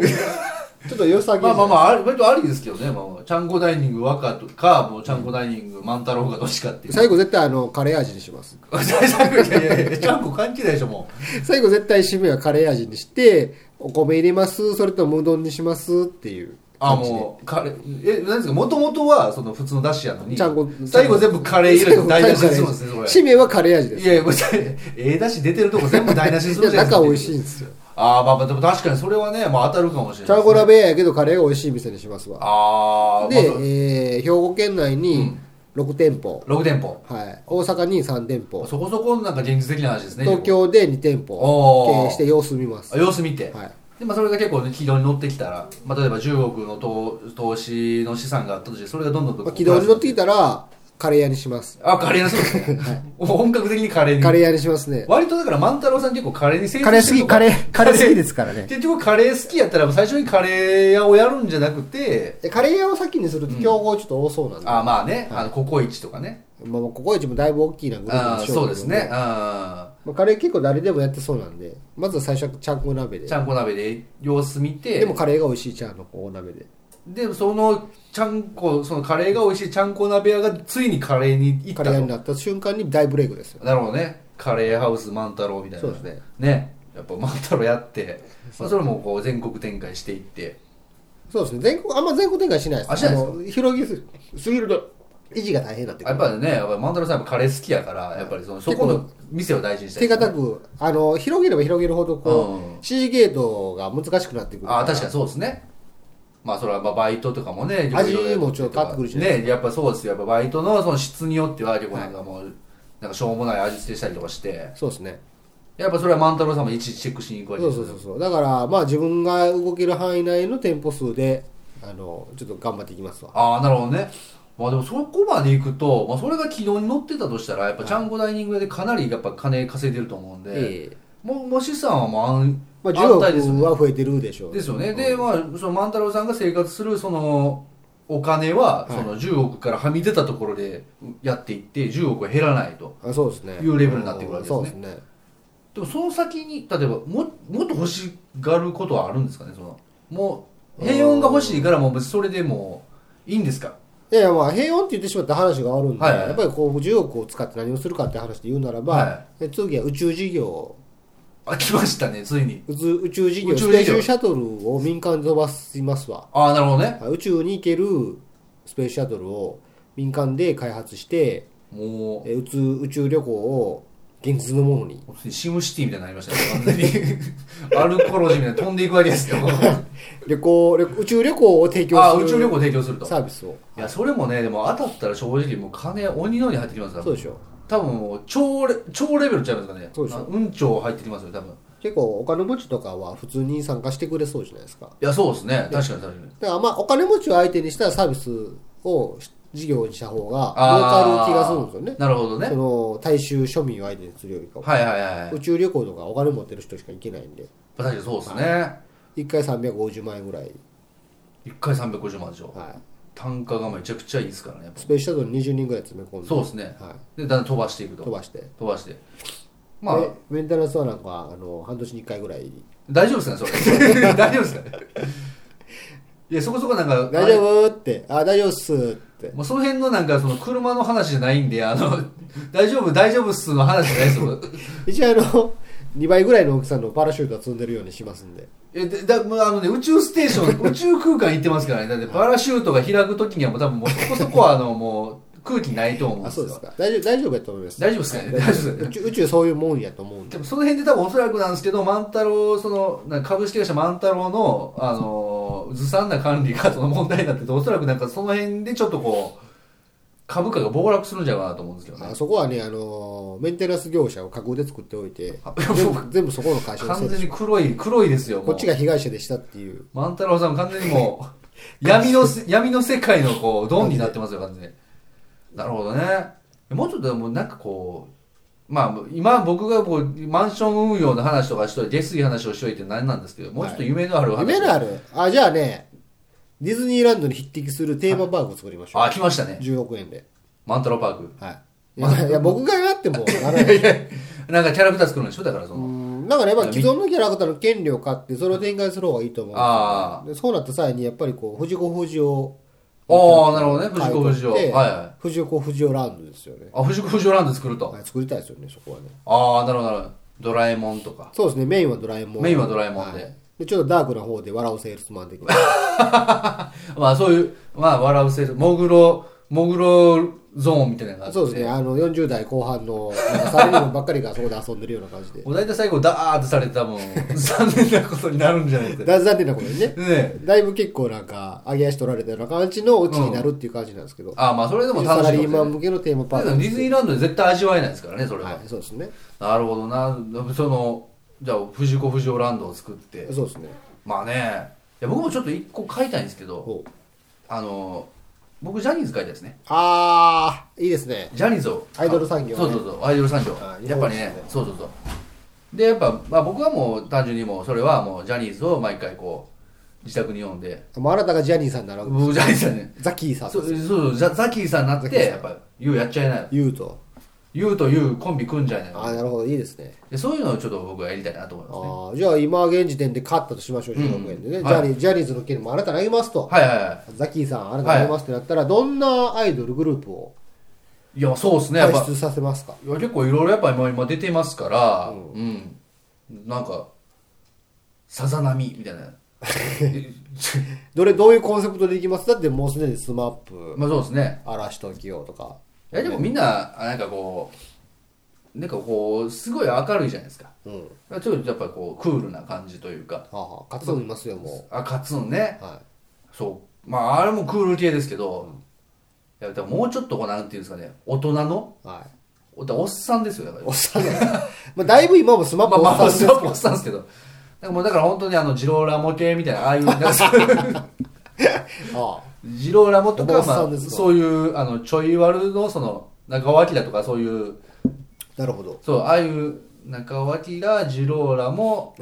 [SPEAKER 2] ちょっと良さげ
[SPEAKER 1] まあまあま
[SPEAKER 2] あ
[SPEAKER 1] ああり割とありですけどねもうちゃんこダイニング若とかもうちゃんこダイニング万太郎がどっちかっていう
[SPEAKER 2] 最 後絶対あのカレー味にします
[SPEAKER 1] 後いやいやいやちゃんこ関係ないでしょも
[SPEAKER 2] 最後絶対締めはカレー味にしてお米入れますそれともうどんにしますっていう
[SPEAKER 1] うあ
[SPEAKER 2] 感じで
[SPEAKER 1] もうカレーえ何ですかもともとはその普通のだしやのに
[SPEAKER 2] ちゃんこ
[SPEAKER 1] 最後全部カレー入れて台無しにするん ですねそれ
[SPEAKER 2] 締めはカレー味です
[SPEAKER 1] いやいやこれええだし出てるとこ全部台無しにする
[SPEAKER 2] い
[SPEAKER 1] じゃ
[SPEAKER 2] や
[SPEAKER 1] ないです
[SPEAKER 2] 中
[SPEAKER 1] か
[SPEAKER 2] 美味しいんですよ
[SPEAKER 1] ああ、まあまあ、でも確かにそれはね、まあ当たるかもしれないですね、
[SPEAKER 2] チャーゴ鍋屋やけどカレーが美味しい店にしますわ
[SPEAKER 1] ああ、
[SPEAKER 2] で、
[SPEAKER 1] まあ
[SPEAKER 2] えー兵庫県内に6店舗、
[SPEAKER 1] 6店舗。
[SPEAKER 2] はい、大阪に3店舗
[SPEAKER 1] そこそこなんか現実的な話ですね。
[SPEAKER 2] 東京で2店舗
[SPEAKER 1] おー
[SPEAKER 2] 経営して様子見ます
[SPEAKER 1] あ。様子見て。
[SPEAKER 2] はい
[SPEAKER 1] で、まあそれが結構ね、軌道に乗ってきたら、まあ例えば10億の投投資の資産があったとして、それがどんどんどんど
[SPEAKER 2] まあ、
[SPEAKER 1] ん。
[SPEAKER 2] 軌道に乗ってきたらカレー屋にします
[SPEAKER 1] あ、カレーなそうですね。 本格的にカレーに。
[SPEAKER 2] カレー屋にしますね
[SPEAKER 1] 割とだから万太郎さん結構カレーに精通
[SPEAKER 3] カレー好
[SPEAKER 1] してる
[SPEAKER 3] き、
[SPEAKER 1] とか
[SPEAKER 3] カレー、カレー好きですからね。
[SPEAKER 1] 結局カレー好きやったら最初にカレー屋をやるんじゃなくて
[SPEAKER 2] でカレー屋を先にすると競合ちょっと多そうなんで、
[SPEAKER 1] あまあね、あのココイチとかね
[SPEAKER 2] まあ、ここ一もだいぶ大きいなグルー
[SPEAKER 1] あ
[SPEAKER 2] プにし
[SPEAKER 1] そ
[SPEAKER 2] よ
[SPEAKER 1] う
[SPEAKER 2] と思ん
[SPEAKER 1] ですね、あ
[SPEAKER 2] まあ、カレー結構誰でもやってそうなんでまずは最初はちゃんこ鍋で
[SPEAKER 1] ちゃんこ鍋で様子見て
[SPEAKER 2] でもカレーが美味しいちゃんのこう鍋で
[SPEAKER 1] でそのちゃんこそのカレーが美味しいちゃんこ鍋屋がついにカレーに行っ
[SPEAKER 2] カ
[SPEAKER 1] た
[SPEAKER 2] レー屋に
[SPEAKER 1] と
[SPEAKER 2] なった瞬間に大ブレイクですよ
[SPEAKER 1] なるほどねカレーハウス万太郎みたいな
[SPEAKER 2] そうです
[SPEAKER 1] ねねやっぱ万太郎やって、まあ、それもこう全国展開していって
[SPEAKER 2] そうですね全国あんま全国展開しないです
[SPEAKER 1] あしないです
[SPEAKER 2] の広げすすぎると維持が大変になってく
[SPEAKER 1] やっ
[SPEAKER 2] る
[SPEAKER 1] ぱりねやっぱり万太郎さんやっぱカレー好きやからやっぱりそのそこの店を大事にしたい
[SPEAKER 2] 手堅くあの広げれば広げるほどこ
[SPEAKER 1] うん
[SPEAKER 2] う支持ゲートが難しくなってくる
[SPEAKER 1] あー確かにそうですねまあそれはまあバイトとかもね
[SPEAKER 2] 味
[SPEAKER 1] いろいろ
[SPEAKER 2] もちょっと変わってくるじゃない
[SPEAKER 1] ねやっぱそうですよやっぱバイトのその質によっては結構なんかもう、なんかしょうもない味付けしたりとかして
[SPEAKER 2] そうですね
[SPEAKER 1] やっぱそれは万太郎さんもいちいちチェックしに行くわけ
[SPEAKER 2] そう
[SPEAKER 1] です
[SPEAKER 2] そ
[SPEAKER 1] よ
[SPEAKER 2] うそうそうだからまあ自分が動ける範囲内の店舗数であのちょっと頑張っていきますわ
[SPEAKER 1] ああなるほどねまあでもそこまで行くと、まあ、それが軌道に乗ってたとしたらやっぱちゃんこダイニング屋でかなりやっぱ金稼いでると思うんで、
[SPEAKER 2] ええ
[SPEAKER 1] もうもう資産はもう安,、
[SPEAKER 2] まあ
[SPEAKER 1] 安泰ですよ
[SPEAKER 2] 10億
[SPEAKER 1] ね
[SPEAKER 2] は増えてるでしょう
[SPEAKER 1] ですよね、でまあその万太郎さんが生活するそのお金は
[SPEAKER 2] はい
[SPEAKER 1] その10億からはみ出たところでやっていって10億は減らないと
[SPEAKER 2] あそうですね
[SPEAKER 1] いうレベルになってくるわけですね
[SPEAKER 2] そうですね
[SPEAKER 1] でもその先に例えばももっと欲しがることはあるんですかねそのもう平穏が欲しいからもう別にそれでもういいんですか
[SPEAKER 2] いやいやまあ平穏って言ってしまった話があるんで、
[SPEAKER 1] はいはい
[SPEAKER 2] やっぱりこう10億を使って何をするかって話で言うならば、
[SPEAKER 1] は
[SPEAKER 2] で次は宇宙事業
[SPEAKER 1] あ来ましたねついに
[SPEAKER 2] 宇宙宇宙事業
[SPEAKER 1] 宇宙事業
[SPEAKER 2] スペースシャトルを民間で飛ばしますわ
[SPEAKER 1] ああなるほどね
[SPEAKER 2] 宇宙に行けるスペースシャトルを民間で開発して
[SPEAKER 1] もう
[SPEAKER 2] え宇宙宇宙旅行を現実のものに
[SPEAKER 1] 本当にシムシティみたいになりましたね完全に アルコロジみたいに飛んでいくわけですよ
[SPEAKER 2] 旅行旅宇宙旅行を提
[SPEAKER 1] ああ宇
[SPEAKER 2] 供
[SPEAKER 1] 宙
[SPEAKER 2] す
[SPEAKER 1] 旅
[SPEAKER 2] る
[SPEAKER 1] 行提供すると
[SPEAKER 2] サービスを
[SPEAKER 1] いやそれもねでも当たったら正直もう金鬼のように入ってきますから
[SPEAKER 2] そうでしょ
[SPEAKER 1] 多分もう超レ超レベルちゃいますかね
[SPEAKER 2] そうでしょ
[SPEAKER 1] あうんちょ入ってきますよ多分
[SPEAKER 2] 結構お金持ちとかは普通に参加してくれそうじゃないですか
[SPEAKER 1] いやそうですね確かに確かに
[SPEAKER 2] だからまあお金持ちを相手にしたらサービスを事業にした方が儲かる気がするんですよね
[SPEAKER 1] なるほどね
[SPEAKER 2] その大衆庶民を相手にするよりかは、
[SPEAKER 1] はいはいはい
[SPEAKER 2] 宇宙旅行とかお金持ってる人しか行けないんで
[SPEAKER 1] 確かにそうですね
[SPEAKER 2] 1回350万円ぐらい、
[SPEAKER 1] 1回350万でしょ
[SPEAKER 2] はい、
[SPEAKER 1] 単価がめちゃくちゃいいですからねやっぱ
[SPEAKER 2] スペースシャトル20人ぐらい詰め込んで
[SPEAKER 1] そうですね
[SPEAKER 2] は
[SPEAKER 1] でだんだん飛ばしていく
[SPEAKER 2] い、
[SPEAKER 1] と
[SPEAKER 2] 飛ばして
[SPEAKER 1] 飛ばしてまあ
[SPEAKER 2] でメンテナンスはなんかあの半年に1回ぐらい
[SPEAKER 1] 大丈夫ですかねそれ 大丈夫ですかねいやそこそこなんか
[SPEAKER 2] 「大丈夫?」って「あ大丈夫っす」って
[SPEAKER 1] もうその辺のなんかその車の話じゃないんであの 大丈夫大丈夫っすの話じゃないですよ
[SPEAKER 2] 一応あの2倍ぐらいの大きさのパラシュートは積んでるようにしますんで
[SPEAKER 1] えでだもうあのね宇宙ステーシ ョン宇宙空間行ってますからねだってパラシュートが開く時にはもう多分もうそこそこあのもう空気ないと思うん
[SPEAKER 2] あ
[SPEAKER 1] です
[SPEAKER 2] そ
[SPEAKER 1] よ
[SPEAKER 2] うですか大丈夫大丈夫やと思います
[SPEAKER 1] 大丈夫ですかね大丈夫ですかね
[SPEAKER 2] 宇宙宇宙 そういうもんやと思うんで
[SPEAKER 1] でもその辺で多分おそらくなんですけど万太郎そのなんか株式会社万太郎のあのずさんな管理がその問題になってておそらくなんかその辺でちょっとこう株価が暴落するんじゃないかなと思うんですけどね
[SPEAKER 2] あそこはねあのメンテナンス業者を架空で作ってお いて
[SPEAKER 1] あ
[SPEAKER 2] 全部全部そこの会社に
[SPEAKER 1] 完
[SPEAKER 2] 設
[SPEAKER 1] 全
[SPEAKER 2] 置
[SPEAKER 1] に黒い黒いですよもう
[SPEAKER 2] こっちが被害者でしたっていう
[SPEAKER 1] 万太郎さん完全にも う闇のせ闇の世界のこうドンになってますよ完全になるほどねもうちょっともうなんかこうまあ今僕がこうマンション運用の話とかしといて下水話をしといて何なんですけどもうちょっと夢のある話、
[SPEAKER 2] 夢のあるあじゃあねディズニーランドに匹敵するテーマパークを作りましょう
[SPEAKER 1] あ来ましたね
[SPEAKER 2] 10億円で
[SPEAKER 1] 万太郎パーク
[SPEAKER 2] はいいやいや僕がやってもならない
[SPEAKER 1] なんかキャラクター作るんでしょだからその、
[SPEAKER 2] うんだからやっぱり既存のキャラクターの権利を買ってそれを展開する方がいいと思う
[SPEAKER 1] あ
[SPEAKER 2] でそうなった際にやっぱりこう藤子不二雄を
[SPEAKER 1] ああなるほどね藤子不二雄
[SPEAKER 2] 買い取って
[SPEAKER 1] はいはい
[SPEAKER 2] 藤子不二雄ランドですよね
[SPEAKER 1] あ藤子不二雄ランド作ると、
[SPEAKER 2] はい作りたいですよねそこはね
[SPEAKER 1] ああなるほどなるほどドラえもんとか
[SPEAKER 2] そうですねメインはドラえもん
[SPEAKER 1] メインはドラえもんで
[SPEAKER 2] でちょっとダークな方で笑うセールスマ ン的な
[SPEAKER 1] まあそういう、まあ笑う生徒、もぐろ、もぐろゾーンみたいなのがあって
[SPEAKER 2] そうですね、あの、40代後半の、なんかサラリーマンばっかりがそこで遊んでるような感じで。
[SPEAKER 1] もう大体最後ダーってされてた もん残念なことになるんじゃないかね
[SPEAKER 2] だ残念なことにね。
[SPEAKER 1] え
[SPEAKER 2] だいぶ結構なんか、上げ足取られたような感じのオチになるっていう感じなんですけど。
[SPEAKER 1] ああまあそれでも
[SPEAKER 2] サ
[SPEAKER 1] 楽
[SPEAKER 2] ラ
[SPEAKER 1] し
[SPEAKER 2] リ
[SPEAKER 1] い
[SPEAKER 2] ー
[SPEAKER 1] か
[SPEAKER 2] マ
[SPEAKER 1] も
[SPEAKER 2] ン
[SPEAKER 1] ね
[SPEAKER 2] 向けのテーマパー
[SPEAKER 1] だけ
[SPEAKER 2] ク
[SPEAKER 1] どディズニーランドで絶対味わえないですからねそれは、
[SPEAKER 2] はい、そうですね。
[SPEAKER 1] なるほどなそのじゃあ藤子不二雄ランドを作って
[SPEAKER 2] そうですね。
[SPEAKER 1] まあねいや僕もちょっと一個書いたいんですけど
[SPEAKER 2] ほう
[SPEAKER 1] あの僕ジャニーズ書いたいですね
[SPEAKER 2] あー、いいですね。
[SPEAKER 1] ジャニーズを
[SPEAKER 2] アイドル産業ね
[SPEAKER 1] そうそうそうアイドル産業
[SPEAKER 2] あ
[SPEAKER 1] やっぱり
[SPEAKER 2] 日本
[SPEAKER 1] ね
[SPEAKER 2] ですね
[SPEAKER 1] そうそうそうでやっぱ、まあ、僕はもう単純にもうそれはもうジャニーズを毎回こう自宅に読んで
[SPEAKER 2] もうあなたがジャニーさんになら
[SPEAKER 1] 僕ジャニーズだね
[SPEAKER 2] ザキーさん
[SPEAKER 1] そ
[SPEAKER 2] で
[SPEAKER 1] う
[SPEAKER 2] す
[SPEAKER 1] そう
[SPEAKER 2] よ。
[SPEAKER 1] そうザザキーさんになっ
[SPEAKER 2] ザキー
[SPEAKER 1] て
[SPEAKER 2] さん
[SPEAKER 1] やっぱ YOU やっちゃいなよ
[SPEAKER 2] 言うと。
[SPEAKER 1] YOU と YOU コンビ組んじゃいな
[SPEAKER 2] あー、
[SPEAKER 1] よ
[SPEAKER 2] なるほど、いいですね。
[SPEAKER 1] でそういうのをちょっと僕はやりたいなと思い
[SPEAKER 2] あ
[SPEAKER 1] ますね
[SPEAKER 2] ーじゃあ今現時点で勝ったとしましょう、
[SPEAKER 1] うん
[SPEAKER 2] 16円でね、
[SPEAKER 1] はい
[SPEAKER 2] ジャニージャニーズの件もあなた投げますと、
[SPEAKER 1] はいはいは
[SPEAKER 2] ザキーさんあなた投げますってなったら、どんなアイドルグループを
[SPEAKER 1] いいやそうですねやっ
[SPEAKER 2] 輩
[SPEAKER 1] ぱ
[SPEAKER 2] 出させますか
[SPEAKER 1] いや結構いろいろやっぱ今今出てますから、
[SPEAKER 2] うん
[SPEAKER 1] うん、なんかさざ波みたい な
[SPEAKER 2] どれどういうコンセプトでいきますだってもうすでに SMAP
[SPEAKER 1] まあそうですね
[SPEAKER 2] 嵐時よとか
[SPEAKER 1] いやでもみんななんかこうなんかこうすごい明るいじゃないですか
[SPEAKER 2] うんは
[SPEAKER 1] ちょっとやっぱこうクールな感じというか
[SPEAKER 2] あはあ勝つのいますよも
[SPEAKER 1] あカツンね
[SPEAKER 2] うは
[SPEAKER 1] そうまああれもクール系ですけど、いやでももうちょっとこうなんていうんですかね大人の
[SPEAKER 2] いは
[SPEAKER 1] おおっさんですよだか
[SPEAKER 2] い
[SPEAKER 1] ら
[SPEAKER 2] おっさんだよ まあだいぶ今も SMAP
[SPEAKER 1] まあまあ
[SPEAKER 2] お
[SPEAKER 1] おっ
[SPEAKER 2] っさん
[SPEAKER 1] さ
[SPEAKER 2] で
[SPEAKER 1] ん
[SPEAKER 2] すけ
[SPEAKER 1] おっさんですけどなんかもうだから本当にあのジローラモ系みたいなああいうなんかそう
[SPEAKER 2] どああ
[SPEAKER 1] ジローラモと
[SPEAKER 2] お
[SPEAKER 1] か、
[SPEAKER 2] 坊さ
[SPEAKER 1] ま
[SPEAKER 2] んで
[SPEAKER 1] あ、
[SPEAKER 2] すか
[SPEAKER 1] そういうあのちょい悪のその中尾明とかそういう
[SPEAKER 2] なるほど
[SPEAKER 1] そうああいう中尾明ジローラ モ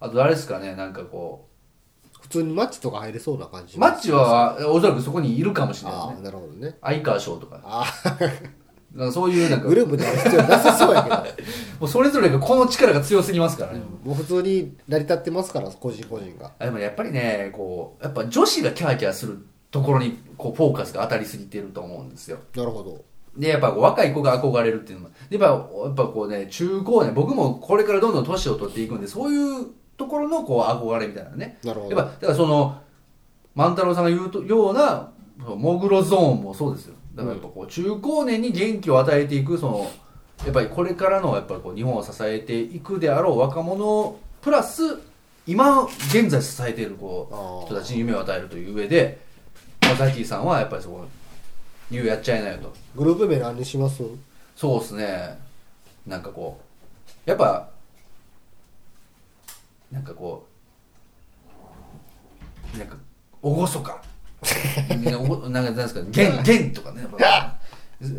[SPEAKER 1] あと誰ですかねなんかこ
[SPEAKER 2] 普通にマッチとか入れそうな感じ
[SPEAKER 1] うマッチはおそらくそこにいるかもしれないです
[SPEAKER 2] あ
[SPEAKER 1] ね
[SPEAKER 2] あなるほどね
[SPEAKER 1] 相川翔とか
[SPEAKER 2] あ
[SPEAKER 1] なんかそういうなん
[SPEAKER 2] あ
[SPEAKER 1] か
[SPEAKER 2] グループである必要なさそうやけど
[SPEAKER 1] もうそれぞれがこの力が強すぎますからね、
[SPEAKER 2] もう普通に成り立ってますから個人個人が
[SPEAKER 1] あでもやっぱりねこうやっぱ女子がキャーキャーするところにこうフォーカスが当たりすぎてると思うんですよ
[SPEAKER 2] なるほど
[SPEAKER 1] でやっぱこう若い子が憧れるっていうのもでやっぱやっぱこうね中高年僕もこれからどんどん年を取っていくんでそういうところのこう憧れみたいなね
[SPEAKER 2] なる
[SPEAKER 1] や
[SPEAKER 2] ほ
[SPEAKER 1] っ
[SPEAKER 2] ど
[SPEAKER 1] ぱだからその万太郎さんが言うとようなそのモグロゾーンもそうですよだからやっぱこう中高年に元気を与えていくそのやっぱりこれからのやっぱりこう日本を支えていくであろう若者プラス今現在支えているこう
[SPEAKER 2] あ
[SPEAKER 1] 人たちに夢を与えるという上でまあザキーさんはやっぱりそこ「言うやっちゃいなよ」と。
[SPEAKER 2] ーグループ名何にします
[SPEAKER 1] そうですねなんかこうやっぱなんかこうなんか厳かみんなお ごなんかなんですか弦弦とかねやっぱ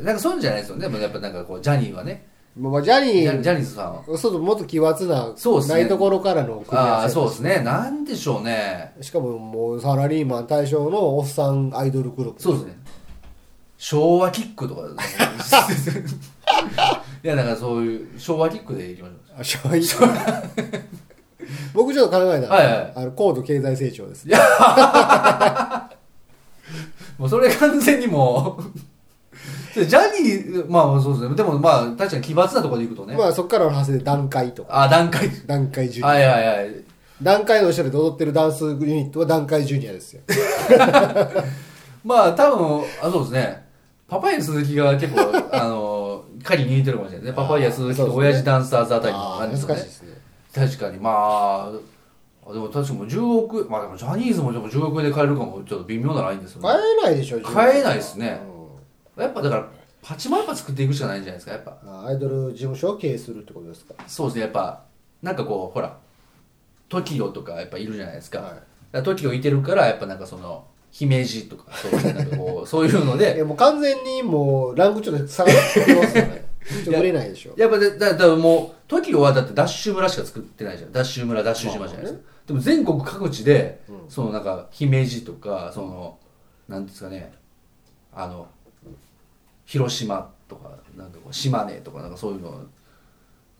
[SPEAKER 1] なんかそういうんじゃないですよねでもやっぱなんかこうジャニーはね
[SPEAKER 2] まあジャ
[SPEAKER 1] ジ
[SPEAKER 2] ニ
[SPEAKER 1] ャジ
[SPEAKER 2] ー
[SPEAKER 1] ャニーズさんは
[SPEAKER 2] そうそうもっと奇抜な
[SPEAKER 1] そうっすね
[SPEAKER 2] ないところからの組み合
[SPEAKER 1] ああ
[SPEAKER 2] わ
[SPEAKER 1] ー
[SPEAKER 2] せ
[SPEAKER 1] そうですねなんでしょうね
[SPEAKER 2] しかももうサラリーマン対象のおっさんアイドルグループ
[SPEAKER 1] そうですね昭和キックとか いやだからそういう昭和キックでいきましょう
[SPEAKER 2] あしょうい僕ちょっと考えたの
[SPEAKER 1] はいはい
[SPEAKER 2] あの高度経済成長です
[SPEAKER 1] もうそれ完全にもう でジャニーまあそうですねでもまあ確かに奇抜なところでいくとね、
[SPEAKER 2] まあそこからの派生で段階とか
[SPEAKER 1] あ、段階
[SPEAKER 2] 段階ジュニア
[SPEAKER 1] はいはいはい
[SPEAKER 2] 段階の後ろで踊ってるダンスユニットは段階ジュニアですよ
[SPEAKER 1] まあ多分あそうですねパパイヤ鈴木が 結構あの狩りに似てるかもしれないねパパイヤ鈴木と親父ダンサーズあたりの
[SPEAKER 2] あ
[SPEAKER 1] 感
[SPEAKER 2] ー
[SPEAKER 1] じの
[SPEAKER 2] 難し
[SPEAKER 1] ね
[SPEAKER 2] いですね
[SPEAKER 1] 確かにまあでも確かにもう10億円まあでもジャニーズもでも10億円で買えるかもちょっと微妙なラインですよ
[SPEAKER 2] 買
[SPEAKER 1] ね
[SPEAKER 2] えないでしょ
[SPEAKER 1] 買えないですね
[SPEAKER 2] うん
[SPEAKER 1] やっぱだからパチマンパ作っていくしかないんじゃないですかやっぱ
[SPEAKER 2] アイドル事務所を経営するってことですか
[SPEAKER 1] そうですねやっぱなんかこうほら TOKIO とかやっぱいるじゃないですか,、
[SPEAKER 2] はい
[SPEAKER 1] だから TOKIO いてるからやっぱなんかその姫路とかそういうなんかこう そういうの
[SPEAKER 2] い
[SPEAKER 1] で
[SPEAKER 2] やもう完全にもうランクちょっと下がってますよね ちょっとぶれないでしょ
[SPEAKER 1] やっぱでだだからもう TOKIO はだってダッシュ村しか作ってないじゃんダッシュ村ダッシュ島じゃないですか、でも全国各地で、そのなんか姫路とかそのなんていうんですかねあの広島とかなんかこう島根とかなんかそういうの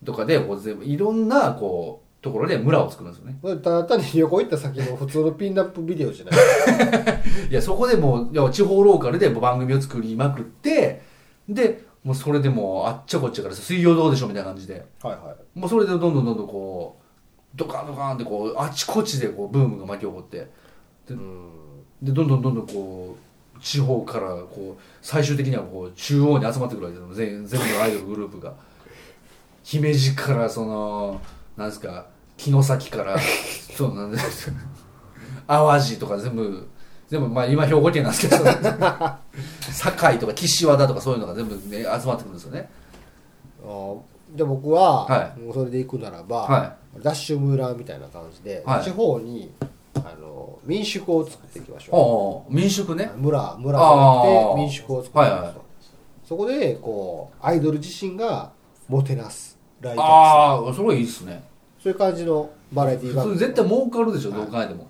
[SPEAKER 1] とかでこう全部いろんなこうところで村を作るんですよね
[SPEAKER 2] ただ単に旅行行った先の普通のピンナップビデオじゃない
[SPEAKER 1] いやそこでもういや地方ローカルでもう番組を作りまくってでもうそれでもうあっちゃこっちゃから水曜どうでしょうみたいな感じで
[SPEAKER 2] はいはい
[SPEAKER 1] もうそれでどんどんどんどんこうドカンドカンってこうあちこちでこうブームが巻き起こって
[SPEAKER 2] うん
[SPEAKER 1] でどんどんどんどんこう地方からこう最終的にはこう中央に集まってくるわけですよ全全部のアイドルグループが姫路からそのなんですか城崎から そうなんですか淡路とか全部全部まあ今兵庫県なんですけど堺とか岸和田とかそういうのが全部ね集まってくるんですよね
[SPEAKER 2] あーじゃあ僕は、
[SPEAKER 1] はい
[SPEAKER 2] もうそれで行くならば、
[SPEAKER 1] は
[SPEAKER 2] ダッシュ村みたいな感じで、
[SPEAKER 1] はい
[SPEAKER 2] 地方にあの民宿を作っていきましょ
[SPEAKER 1] おうおう民宿ね
[SPEAKER 2] う村村じゃな
[SPEAKER 1] あ
[SPEAKER 2] く
[SPEAKER 1] ー
[SPEAKER 2] て民宿を作ってい
[SPEAKER 1] は
[SPEAKER 2] きましょう、
[SPEAKER 1] いはい
[SPEAKER 2] そこでこうアイドル自身がもてなすライトアッ
[SPEAKER 1] ああそれいいっすね
[SPEAKER 2] プそういう感じのバラエティ番
[SPEAKER 1] それ
[SPEAKER 2] 組
[SPEAKER 1] 絶対儲かるでしょどう考えても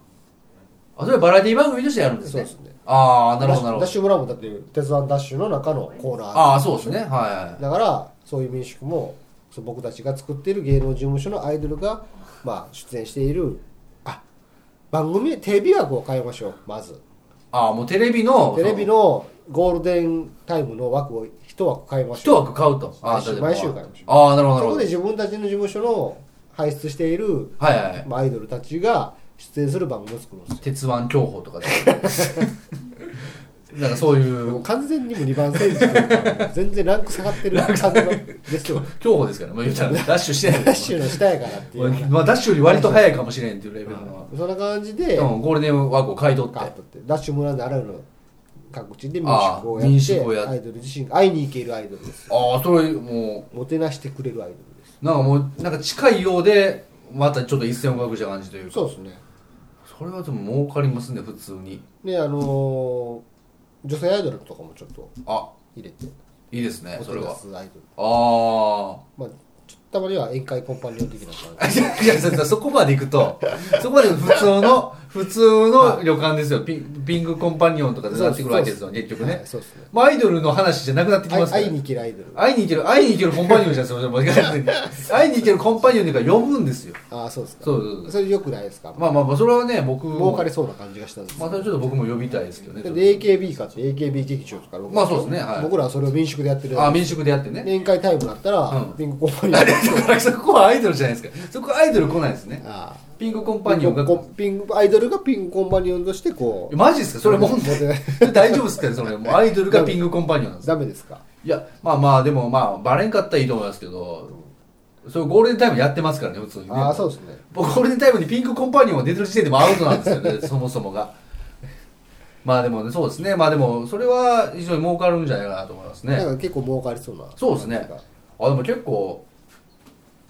[SPEAKER 1] あそれはバラエティ番組としてやるんです
[SPEAKER 2] そう
[SPEAKER 1] ね
[SPEAKER 2] ですね
[SPEAKER 1] ああなるほどなるほ
[SPEAKER 2] ダッ
[SPEAKER 1] ど
[SPEAKER 2] シュ村もだって鉄腕ダッシュの中のコーナー
[SPEAKER 1] ああそうですねはい
[SPEAKER 2] だからそういう民宿もそう僕たちが作っている芸能事務所のアイドルが、まあ、出演しているあ番組テレビ枠を変えましょうまず
[SPEAKER 1] ああもうテレビの
[SPEAKER 2] テレビのゴールデンタイムの枠を一枠変えまし
[SPEAKER 1] 一
[SPEAKER 2] ょう
[SPEAKER 1] 枠買うとああ
[SPEAKER 2] 毎週
[SPEAKER 1] 例えば
[SPEAKER 2] 毎週買いましょ
[SPEAKER 1] ああなるほどなる
[SPEAKER 2] そこ
[SPEAKER 1] ほ
[SPEAKER 2] で
[SPEAKER 1] ど
[SPEAKER 2] 自分たちの事務所の輩出している、
[SPEAKER 1] はいはいはい
[SPEAKER 2] まあ、アイドルたちが出演する番組を作るんですよ
[SPEAKER 1] 鉄腕競歩とかで なんかそうい
[SPEAKER 2] も
[SPEAKER 1] う
[SPEAKER 2] う完全にも2番選手というか全然ランク下がってる感じのですよ
[SPEAKER 1] 競歩ですからねまあ言う たらダッシュしてない
[SPEAKER 2] ダッシュの下やからっていう
[SPEAKER 1] まあ、ダッシュより割と早いかもしれんっていうレベルの、
[SPEAKER 2] そんな感じで、
[SPEAKER 1] うん、ゴールデンワークを買い取って
[SPEAKER 2] カープってダッシュ村ならぬ各地で民
[SPEAKER 1] あ
[SPEAKER 2] 宿
[SPEAKER 1] ー
[SPEAKER 2] をや
[SPEAKER 1] 民
[SPEAKER 2] って
[SPEAKER 1] 宿をやっ
[SPEAKER 2] アイドル自身が会いに行けるアイドルです
[SPEAKER 1] ああそれも
[SPEAKER 2] もてなしてくれるアイドルです
[SPEAKER 1] うなんかもうなんか近いようでまたちょっと一線を画くした感じというか
[SPEAKER 2] そうですね
[SPEAKER 1] それはでも儲かりますね普通に
[SPEAKER 2] であのー女性アイドルとかもちょっと
[SPEAKER 1] あ
[SPEAKER 2] 入れて
[SPEAKER 1] いいですね
[SPEAKER 2] も
[SPEAKER 1] そ
[SPEAKER 2] て
[SPEAKER 1] れ
[SPEAKER 2] な
[SPEAKER 1] は
[SPEAKER 2] すアイドル
[SPEAKER 1] あ
[SPEAKER 2] まあちょっとたまには宴会コンパニオン的な感
[SPEAKER 1] あ いやいやそそこまでいくとそこまで普通 の普通の旅館ですよピンピンクコンパニオンとかで
[SPEAKER 2] じ
[SPEAKER 1] なってくるわけですよ結局
[SPEAKER 2] は
[SPEAKER 1] ね
[SPEAKER 2] い、そうですね
[SPEAKER 1] まあ、アイドルの話じゃなくなってき
[SPEAKER 2] 会
[SPEAKER 1] ま
[SPEAKER 2] い
[SPEAKER 1] すから
[SPEAKER 2] 会いに行けるアイドル
[SPEAKER 1] 会いに行ける会いに行けるコンパニオンじゃんそれもう完全に会いに行けるコンパニオンというか呼ぶんですよ
[SPEAKER 2] ああそうですか
[SPEAKER 1] そうそうそう
[SPEAKER 2] それ良くないですか
[SPEAKER 1] まあまあまあそれはね僕も
[SPEAKER 2] 儲かりそうな感じがしたんです
[SPEAKER 1] まあそれちょっと僕も呼びたいですけどねちょっと
[SPEAKER 2] で AKB かって AKB 劇場とか
[SPEAKER 1] まあそうですねはい
[SPEAKER 2] 僕らはそれを民宿でやってる
[SPEAKER 1] あ民宿でやってね
[SPEAKER 2] 宴会タイムだったら、
[SPEAKER 1] うん
[SPEAKER 2] ピンクコンパニオン
[SPEAKER 1] あれだからそこはアイドルじゃないですかそこはアイドル来ないですね
[SPEAKER 2] あ
[SPEAKER 1] ピンクコン
[SPEAKER 2] あ
[SPEAKER 1] パニオンが
[SPEAKER 2] コピンクアイドルがピンクコンパニオンとしてこう
[SPEAKER 1] マジですかそれもう 大丈夫ですかそれもうアイドルがピンクコンパニオンなんですか
[SPEAKER 2] ダメですか
[SPEAKER 1] いやまあまあでもまあバレんかったらいいと思いますけどそういうゴールデンタイムやってますからね普通にね
[SPEAKER 2] ああそうですね
[SPEAKER 1] 僕ゴールデンタイムにピンクコンパニオンが出てる時点でもアウトなんですよねそもそもがまあでもねそうですねまあでもそれは非常に儲かるんじゃないかなと思います
[SPEAKER 2] なん
[SPEAKER 1] ね
[SPEAKER 2] か結構儲かりそうな
[SPEAKER 1] そうですねあでも結構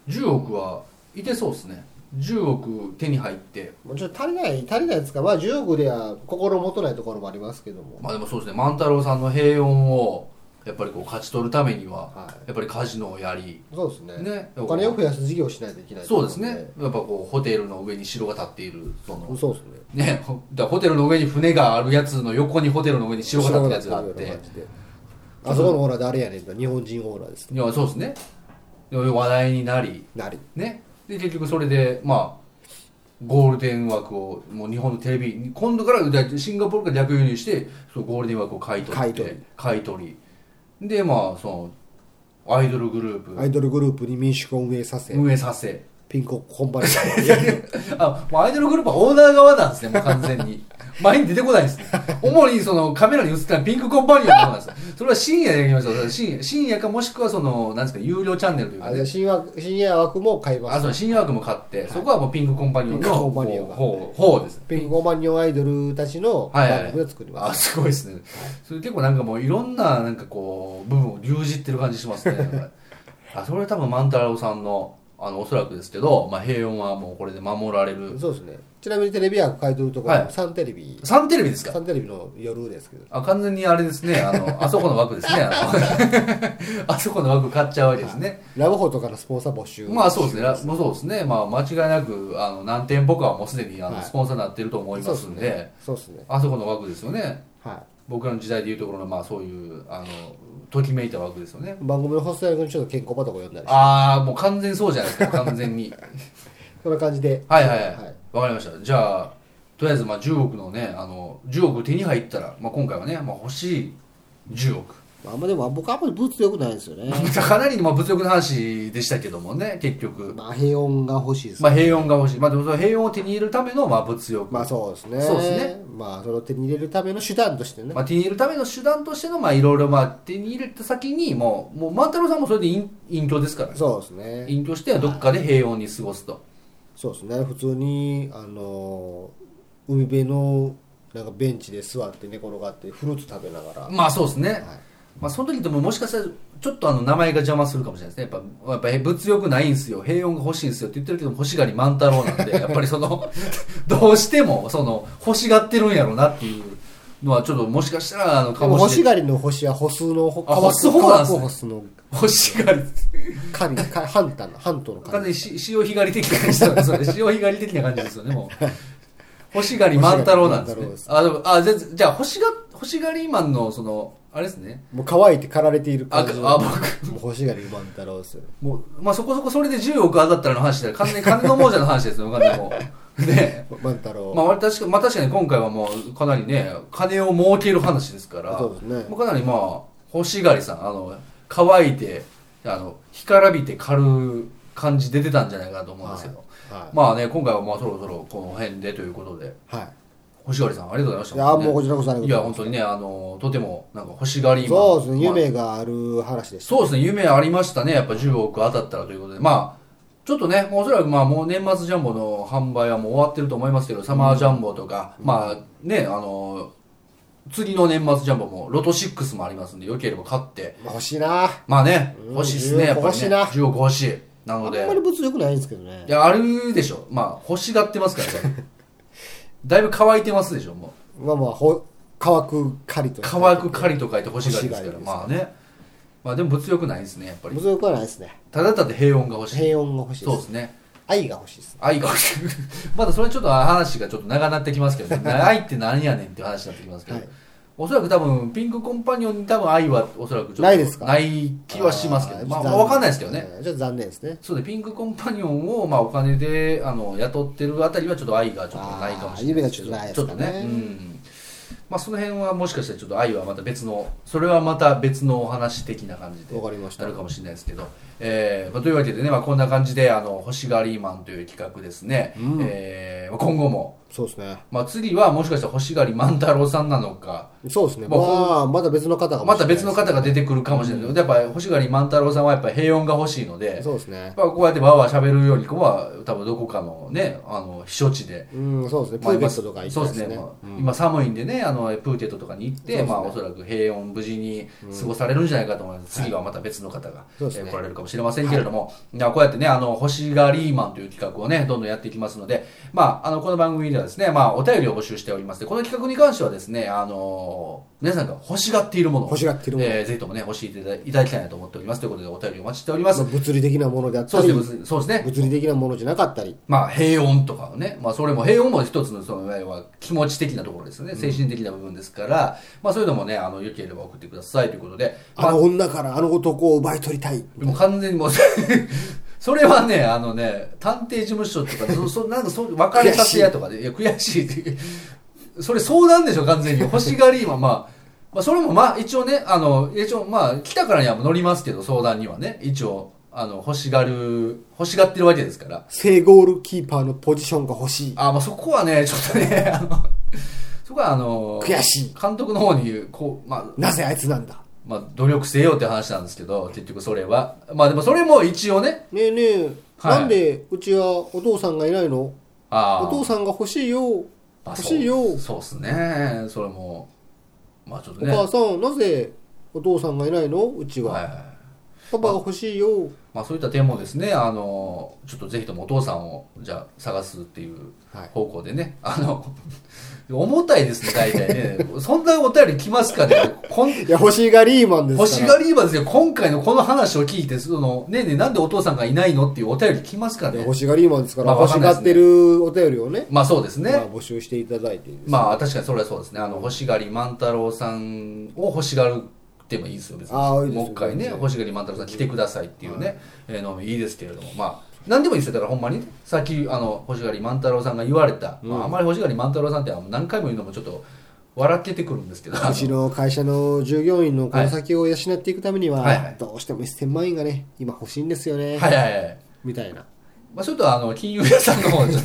[SPEAKER 1] 10億はいてそうですね10億手に入って
[SPEAKER 2] もうちょっと足りない足りないですかまあ10億では心もとないところもありますけども、
[SPEAKER 1] まあでもそうですね万太郎さんの平穏をやっぱりこう勝ち取るためには、
[SPEAKER 2] はい
[SPEAKER 1] やっぱりカジノをやり
[SPEAKER 2] そうですね
[SPEAKER 1] ね
[SPEAKER 2] お金を増やす事業をしないといけない
[SPEAKER 1] そうですねやっぱこうホテルの上に城が建っているその
[SPEAKER 2] そうですね
[SPEAKER 1] ね ほだからホテルの上に船があるやつの横にホテルの上に城が建ってるやつがあっ
[SPEAKER 2] 白
[SPEAKER 1] て
[SPEAKER 2] が立ってるあそこのオーラ誰やねんと日本人オーラです
[SPEAKER 1] いやそうですねで話題になり
[SPEAKER 2] なり
[SPEAKER 1] ねで結局それでまあゴールデン枠をもう日本のテレビに今度からだシンガポールから逆輸入してそのゴールデン枠を買い取って
[SPEAKER 2] 買い取
[SPEAKER 1] 買い取りでまあそのアイドルグルー
[SPEAKER 2] ア
[SPEAKER 1] プ
[SPEAKER 2] イドルグループに民宿を運営させ
[SPEAKER 1] 運営させ
[SPEAKER 2] ピンクコンパニオン
[SPEAKER 1] あもうアイドルグループはオーナー側なんですねもう完全に 前に出てこないんですね主にそのカメラに映ってたピンクコンパニオンの方なんですそれは深夜でやりましょう深夜深夜かもしくはそのなんですか有料チャンネルという
[SPEAKER 2] あ
[SPEAKER 1] か
[SPEAKER 2] じ
[SPEAKER 1] ね
[SPEAKER 2] ゃあ深夜深夜枠も買います
[SPEAKER 1] あそう深夜枠も買って、そこはもうピンクコンパニオン
[SPEAKER 2] ピンクコ
[SPEAKER 1] の
[SPEAKER 2] ンパニオンが
[SPEAKER 1] 方方です
[SPEAKER 2] ピンクコマニオンアイドルたちの
[SPEAKER 1] はいはい
[SPEAKER 2] 番組を作り
[SPEAKER 1] あ
[SPEAKER 2] ます。
[SPEAKER 1] すごいですねそれ結構なんかもういろんななんかこう部分を牛耳ってる感じしますねなん かあそれは多分万太郎さんのあのおそらくですけど、まあ、平穏はもうこれで守られる
[SPEAKER 2] そうですね。ちなみにテレビは書いてるところ
[SPEAKER 1] は
[SPEAKER 2] もサンテレビ、
[SPEAKER 1] サンテレビですか
[SPEAKER 2] サンテレビの夜ですけど。
[SPEAKER 1] あ完全にあれですねあ のあそこの枠ですねあの あそこの枠買っちゃうわけですね、
[SPEAKER 2] ラブホとかのスポンサー募集。
[SPEAKER 1] まあそうですねらもうそうですね、まあ、間違いなくあの何店舗かはもうすでにあの、
[SPEAKER 2] はい
[SPEAKER 1] スポンサーになってると思いますんで
[SPEAKER 2] そうですね。
[SPEAKER 1] あそこの枠ですよね
[SPEAKER 2] は
[SPEAKER 1] 僕らの時代でいうところのまあそういうあのときめいた枠ですよね
[SPEAKER 2] い。番組のホスト役にちょっと健康場とか呼んだりして
[SPEAKER 1] ああもう完全にそうじゃないですか完全 に
[SPEAKER 2] そんな感じで。
[SPEAKER 1] はいはいはい
[SPEAKER 2] は
[SPEAKER 1] わ、
[SPEAKER 2] い
[SPEAKER 1] かりましたじゃあとりあえずまあ10億のねあの10億手に入ったら、まあ、今回はね、まあ、欲しい10億
[SPEAKER 2] まああんまでも僕はあんまりブーツ良くないんですよね
[SPEAKER 1] かなりまあ物欲の話でしたけどもね結局、
[SPEAKER 2] まあ平穏が欲しいですね
[SPEAKER 1] まあ、平穏が欲しい、まあ、でもその平穏を手に入れるためのまあ物欲、
[SPEAKER 2] まあそうですね。
[SPEAKER 1] そうですね。
[SPEAKER 2] まあそれを手に入れるための手段としてね。
[SPEAKER 1] まあ、手に入れるための手段としてのまあいろいろまあ手に入れた先にもうもう万太郎さんもそれで隠隠居ですからね
[SPEAKER 2] そうですね。
[SPEAKER 1] 隠居してはどっかで平穏に過ごすと
[SPEAKER 2] そうですね。普通にあのー海辺のなんかベンチで座って寝転がってフルーツ食べながら。
[SPEAKER 1] まあそうですね、
[SPEAKER 2] はい
[SPEAKER 1] まあ、その時でももしかしたらちょっとあの名前が邪魔するかもしれないですねやっぱやっぱ物欲ないんですよ平穏が欲しいんですよって言ってるけど欲しがり万太郎 なんでやっぱりそのどうしてもその欲しがってるんやろうなっていうのはちょっともしかしたらあの
[SPEAKER 2] で
[SPEAKER 1] か
[SPEAKER 2] も
[SPEAKER 1] も
[SPEAKER 2] 欲
[SPEAKER 1] しれ
[SPEAKER 2] し
[SPEAKER 1] ない
[SPEAKER 2] がりの星は歩数のほ
[SPEAKER 1] あ
[SPEAKER 2] 乾く
[SPEAKER 1] 歩数歩なんですね
[SPEAKER 2] 乾く歩数の
[SPEAKER 1] 欲しがり
[SPEAKER 2] 神かハンタのハントの
[SPEAKER 1] 完全
[SPEAKER 2] 神。
[SPEAKER 1] に し潮干狩り的な感じですよねそれ潮干狩り的な感じですよねもう欲しがり万太郎なんですね
[SPEAKER 2] 欲し
[SPEAKER 1] あでもあじゃあじゃあ欲しが欲しがりマンのそのあれですね
[SPEAKER 2] もう乾いて刈られている感じの
[SPEAKER 1] ああ僕
[SPEAKER 2] もう欲しがり万太郎ですよ。
[SPEAKER 1] もう、まあ、そこそこそれで10億当たったらの話だよ完全に金の亡者の話ですよ完全にも うね
[SPEAKER 2] 万太郎。
[SPEAKER 1] まあ、割と確かまあ確かに今回はもうかなりね金を儲ける話ですから
[SPEAKER 2] そうですね
[SPEAKER 1] もうかなりまあ欲しがりさんあの乾いてあの干からびて狩る感じ出てたんじゃないかなと思うんですけど、
[SPEAKER 2] は
[SPEAKER 1] まあね今回はまあそろそろこの辺でということで
[SPEAKER 2] い。はい。
[SPEAKER 1] 星狩さんありがとうございました
[SPEAKER 2] いやもうこちらこそありがとうございます
[SPEAKER 1] いや本当にねあのとてもなんか星狩りマン
[SPEAKER 2] そうですね。
[SPEAKER 1] まあ
[SPEAKER 2] 夢がある話でした。
[SPEAKER 1] そうですね、夢ありましたね、やっぱ10億当たったらということで、まあ、ちょっとね、おそらくまあもう年末ジャンボの販売はもう終わってると思いますけど、サマージャンボとか、まあね、あの、次の年末ジャンボも、ロト6もありますんで、よければ買って、
[SPEAKER 2] まあ欲しいな。
[SPEAKER 1] まあね
[SPEAKER 2] う、ん
[SPEAKER 1] 欲しいっすね、やっぱり、ね、
[SPEAKER 2] 10億欲しいな
[SPEAKER 1] 10億欲しい。なの
[SPEAKER 2] あ
[SPEAKER 1] で
[SPEAKER 2] んま、り物欲ないんですけどね
[SPEAKER 1] い。や、あるでしょ、まあ、欲しがってますから ね。だいぶ乾いてますでしょ、もう。
[SPEAKER 2] まあまあ、ほ乾く狩りとして。
[SPEAKER 1] 乾く狩りと書いて欲しがりですか
[SPEAKER 2] 欲
[SPEAKER 1] ら、
[SPEAKER 2] しが
[SPEAKER 1] まあね。まあでも物欲ないですね、やっぱり。
[SPEAKER 2] 物欲はないですね。
[SPEAKER 1] ただただ平穏が欲しい。
[SPEAKER 2] 平穏が欲しい
[SPEAKER 1] そう
[SPEAKER 2] で。
[SPEAKER 1] ですすね。
[SPEAKER 2] 愛が欲しいです。
[SPEAKER 1] 愛が欲しい まだそれちょっと話がちょっと長なってきますけど、 ね、愛って何やねんっていう話になってきますけど、
[SPEAKER 2] はい
[SPEAKER 1] おそらく多分ピンクコンパニオンに多分愛はおそらくちょっと
[SPEAKER 2] ないですか
[SPEAKER 1] ない気はしますけどまあ、まあ、分かんないですけどね、
[SPEAKER 2] えー。ちょっと残念ですね。
[SPEAKER 1] そうでピンクコンパニオンをまあお金であの雇ってるあたりはちょっと愛がちょっとないかもしれないけど
[SPEAKER 2] あー夢がちょっとないです
[SPEAKER 1] ちょ
[SPEAKER 2] か
[SPEAKER 1] っ
[SPEAKER 2] ね
[SPEAKER 1] とね、うんまあ、その辺はもしかしたらちょっと愛はまた別のそれはまた別のお話的な感じで
[SPEAKER 2] わかりました
[SPEAKER 1] なるかもしれないですけど、えーまあ、というわけでね、まあ、こんな感じであの星狩りマンという企画ですね、
[SPEAKER 2] うん
[SPEAKER 1] えーまあ今後も、
[SPEAKER 2] そうですね。
[SPEAKER 1] まあ、次はもしかしたら星狩り万太郎さんなのか
[SPEAKER 2] そうですね。
[SPEAKER 1] ま
[SPEAKER 2] ま
[SPEAKER 1] あ
[SPEAKER 2] あ、まだ別の方が。
[SPEAKER 1] また別の方が出てくるかもしれないけど、やっぱり星狩り万太郎さんはやっぱ平穏が欲しいので
[SPEAKER 2] そうです
[SPEAKER 1] やっ
[SPEAKER 2] ね。
[SPEAKER 1] ぱこうやってわーわー喋るより子は多分どこかのねあの避暑地で。
[SPEAKER 2] うん、そうですね。プ
[SPEAKER 1] まあ
[SPEAKER 2] ーベ
[SPEAKER 1] 今
[SPEAKER 2] ットとか行きたいです
[SPEAKER 1] そうです
[SPEAKER 2] ね
[SPEAKER 1] ね。まあ
[SPEAKER 2] うん
[SPEAKER 1] 今寒いんでねあのプーケットとかに行って、
[SPEAKER 2] そうですね
[SPEAKER 1] まあ、おそらく平穏無事に過ごされるんじゃないかと思います、次はまた別の方が、
[SPEAKER 2] そうですね
[SPEAKER 1] えー来られるかもしれませんけれども、じゃあこうやってねあの星がリーマンという企画をねどんどんやっていきますので、まあ、あのこの番組ではですね、まあ、お便りを募集しておりますでこの企画に関してはですね、あの皆さんが欲しがっているものを
[SPEAKER 2] 欲しがっているもの
[SPEAKER 1] えーぜひともね教えていただいただきたいなと思っておりますということでお便りお待ちしております、
[SPEAKER 2] まあ物理的なものであっ
[SPEAKER 1] そ
[SPEAKER 2] た
[SPEAKER 1] う
[SPEAKER 2] り、
[SPEAKER 1] です
[SPEAKER 2] 物
[SPEAKER 1] ねそうですね
[SPEAKER 2] 理的なものじゃなかったり。
[SPEAKER 1] まあ、平穏とかをね、まあ、それも平穏も一つのそのいわゆるは気持ち的なところですよね精神的な部分ですから、まあ、そういうのもねあのよければ送ってくださいということで、ま
[SPEAKER 2] あ
[SPEAKER 1] あ、
[SPEAKER 2] の女からあの男を奪い取りたい。
[SPEAKER 1] もう完全にもう それはねあのね探偵事務所とかそそなんかそう別れたて屋とかでいや悔しいってそれ相談でしょ完全に欲しがり今まあまあ、それもまあ一応ねあの一応まあ来たからには乗りますけど相談にはね一応あの欲しがる欲しがってるわけですから
[SPEAKER 2] 正ゴールキーパーのポジションが欲しい。
[SPEAKER 1] あまあそこはねちょっとね あのそこはあの
[SPEAKER 2] 悔しい
[SPEAKER 1] 監督の方にこう、まあ
[SPEAKER 2] なぜあいつなんだ
[SPEAKER 1] まあ、努力せよって話なんですけど結局それはまあでもそれも一応ね
[SPEAKER 2] ねえねえ、
[SPEAKER 1] はい
[SPEAKER 2] なんでうちはお父さんがいないの
[SPEAKER 1] あ
[SPEAKER 2] お父
[SPEAKER 1] ん
[SPEAKER 2] さんが欲しいよ欲しいよ、
[SPEAKER 1] そうっすねそれもまあちょっと
[SPEAKER 2] お
[SPEAKER 1] ね
[SPEAKER 2] 母さんなぜお父さんがいないのうちは、
[SPEAKER 1] はいはいはい
[SPEAKER 2] パパが欲しいよ
[SPEAKER 1] まあ、そういった点もですねあのちょっとぜひともお父さんをじゃあ探すっていう
[SPEAKER 2] はい
[SPEAKER 1] 方向でね、あの 重たいですね大体ねそんなお便り来ますかねこん
[SPEAKER 2] いや欲しがリーマンですから
[SPEAKER 1] 星がリーバーですよ今回のこの話を聞いてそのねえねえなんでお父さんがいないのっていうお便り来ますか
[SPEAKER 2] いや
[SPEAKER 1] ね
[SPEAKER 2] 欲しがリーマンですから、
[SPEAKER 1] まあわ
[SPEAKER 2] 欲
[SPEAKER 1] か
[SPEAKER 2] し
[SPEAKER 1] んない
[SPEAKER 2] が
[SPEAKER 1] です
[SPEAKER 2] っ
[SPEAKER 1] ね
[SPEAKER 2] てるお便りをね
[SPEAKER 1] まあそうですね、
[SPEAKER 2] まあ、募集していただいていいです、
[SPEAKER 1] まあ確かにそれはそうですねあの星狩り万太郎さんを欲しがるってもいいですよ別に
[SPEAKER 2] ああいいですよ
[SPEAKER 1] もう一回ね
[SPEAKER 2] 全然
[SPEAKER 1] 星狩り万太郎さん来てくださいっていうね、えーのもいいですけれどもまあ何でもいいですよだからほんまにねさっきあの星狩り万太郎さんが言われた、まあ、あまり星狩り万太郎さんって何回も言うのもちょっと笑けてくるんですけど
[SPEAKER 2] うちの会社の従業員のこの先を養っていくためには、
[SPEAKER 1] はいはい
[SPEAKER 2] どうしても1000万円がね、今欲しいんですよね、
[SPEAKER 1] はいはいはい
[SPEAKER 2] みたいな。
[SPEAKER 1] まあ、ちょっとあの金融屋さんの方ちょっ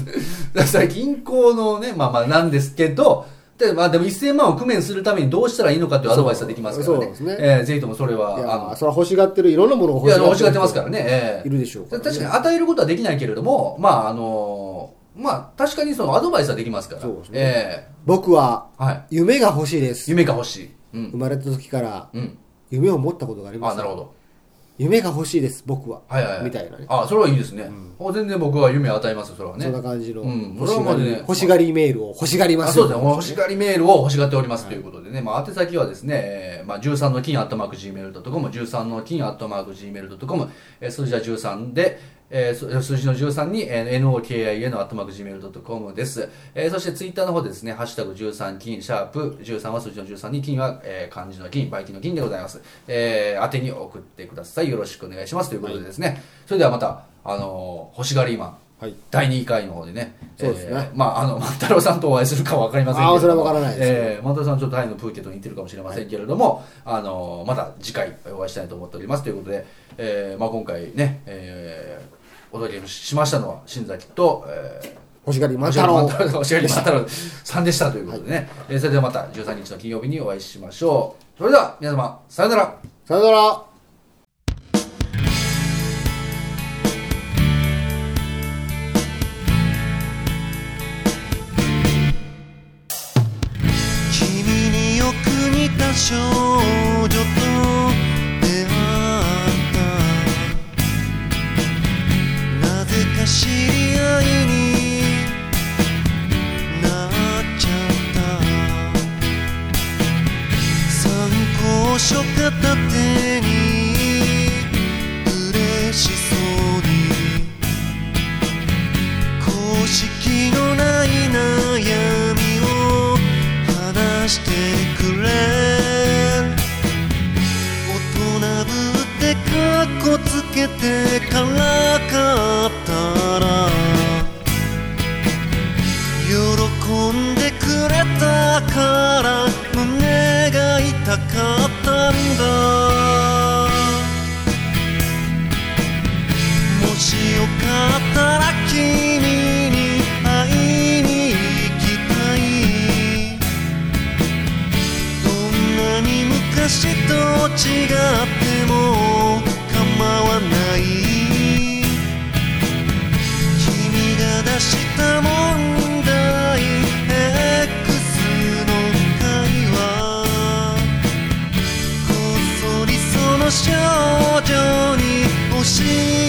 [SPEAKER 1] とそれ銀行のねまあまあなんですけどで,、まあ、でも1000万を工面するためにどうしたらいいのかっていうアドバイスはできますから
[SPEAKER 2] そう
[SPEAKER 1] ね
[SPEAKER 2] そうですね
[SPEAKER 1] えーぜひともそれ
[SPEAKER 2] い
[SPEAKER 1] はあ
[SPEAKER 2] や
[SPEAKER 1] の
[SPEAKER 2] ー、それは欲しがってる、いろんなものを
[SPEAKER 1] いや
[SPEAKER 2] 欲しがってる。
[SPEAKER 1] 欲しがってますからね、ええ
[SPEAKER 2] いるでしょうからね
[SPEAKER 1] 確かに与えることはできないけれどもまああのまあ確かにそのアドバイスはできますから
[SPEAKER 2] そうですね
[SPEAKER 1] え
[SPEAKER 2] 僕は、
[SPEAKER 1] えはい
[SPEAKER 2] 夢が欲しいです。
[SPEAKER 1] 夢が欲しいうん
[SPEAKER 2] 生まれた時から、
[SPEAKER 1] うん
[SPEAKER 2] 夢を持ったことがあります。
[SPEAKER 1] あなるほど
[SPEAKER 2] 夢が欲しいです、僕は。
[SPEAKER 1] はいはい、はい、
[SPEAKER 2] みたいなね。
[SPEAKER 1] あそれはいいですね、あ全然僕は夢を与えますよそれはね
[SPEAKER 2] そんな感じの、
[SPEAKER 1] うん
[SPEAKER 2] 欲し
[SPEAKER 1] それは
[SPEAKER 2] が
[SPEAKER 1] もう
[SPEAKER 2] り、
[SPEAKER 1] ね
[SPEAKER 2] 欲しがりメールを欲しがりま
[SPEAKER 1] あ
[SPEAKER 2] す
[SPEAKER 1] そうですね、欲しがりメールを欲しがっておりますということでね、まあ、宛先はですね、えーまあ、13の金アットマーク Gmail.com、13の金アットマーク Gmail.com、えー数字は13で、えーそ数字の13に、えー NOKIN アットマーク Gmail.com です、えーそしてツイッターの方でですね、ハッシュタグ13金、シャープ13は数字の13に、金は、えー漢字の金、バイキンの金でございます。えー、宛てに送ってください。よろしくお願いしますということでですね、それではまた、あのー欲しがりマン、
[SPEAKER 2] はい。
[SPEAKER 1] 第2回の方でね、
[SPEAKER 2] そうですね
[SPEAKER 1] えーまあ、あの、 万太郎さんとお会いするかは分かりませんけれども、
[SPEAKER 2] あーそれは分からないですね
[SPEAKER 1] えー万太郎さん、ちょっとタイのプーケットに似てるかもしれませんけれども、あの、また次回お会いしたいと思っておりますということで、えーまあ、今回ね、えーお届けしましたのは、新崎と、えー
[SPEAKER 2] 欲しがり万太郎。
[SPEAKER 1] おしゃれ万太郎さんでしたということでね、えーそれではまた13日の金曜日にお会いしましょう。それでは、皆様、さようなら。
[SPEAKER 2] さよなら。
[SPEAKER 3] 君によく似た少女と出会ったなぜか知り合いになっちゃった参考書片手に嬉しそうに公式のない悩みを話してくれ大人ぶってカッコつけてからかったら喜んでくれたから胸が痛かったんだもしよかったら君に会いに行きたいどんなに昔と違っても構わない君が出した問題 X の会話こっそりその少女に教え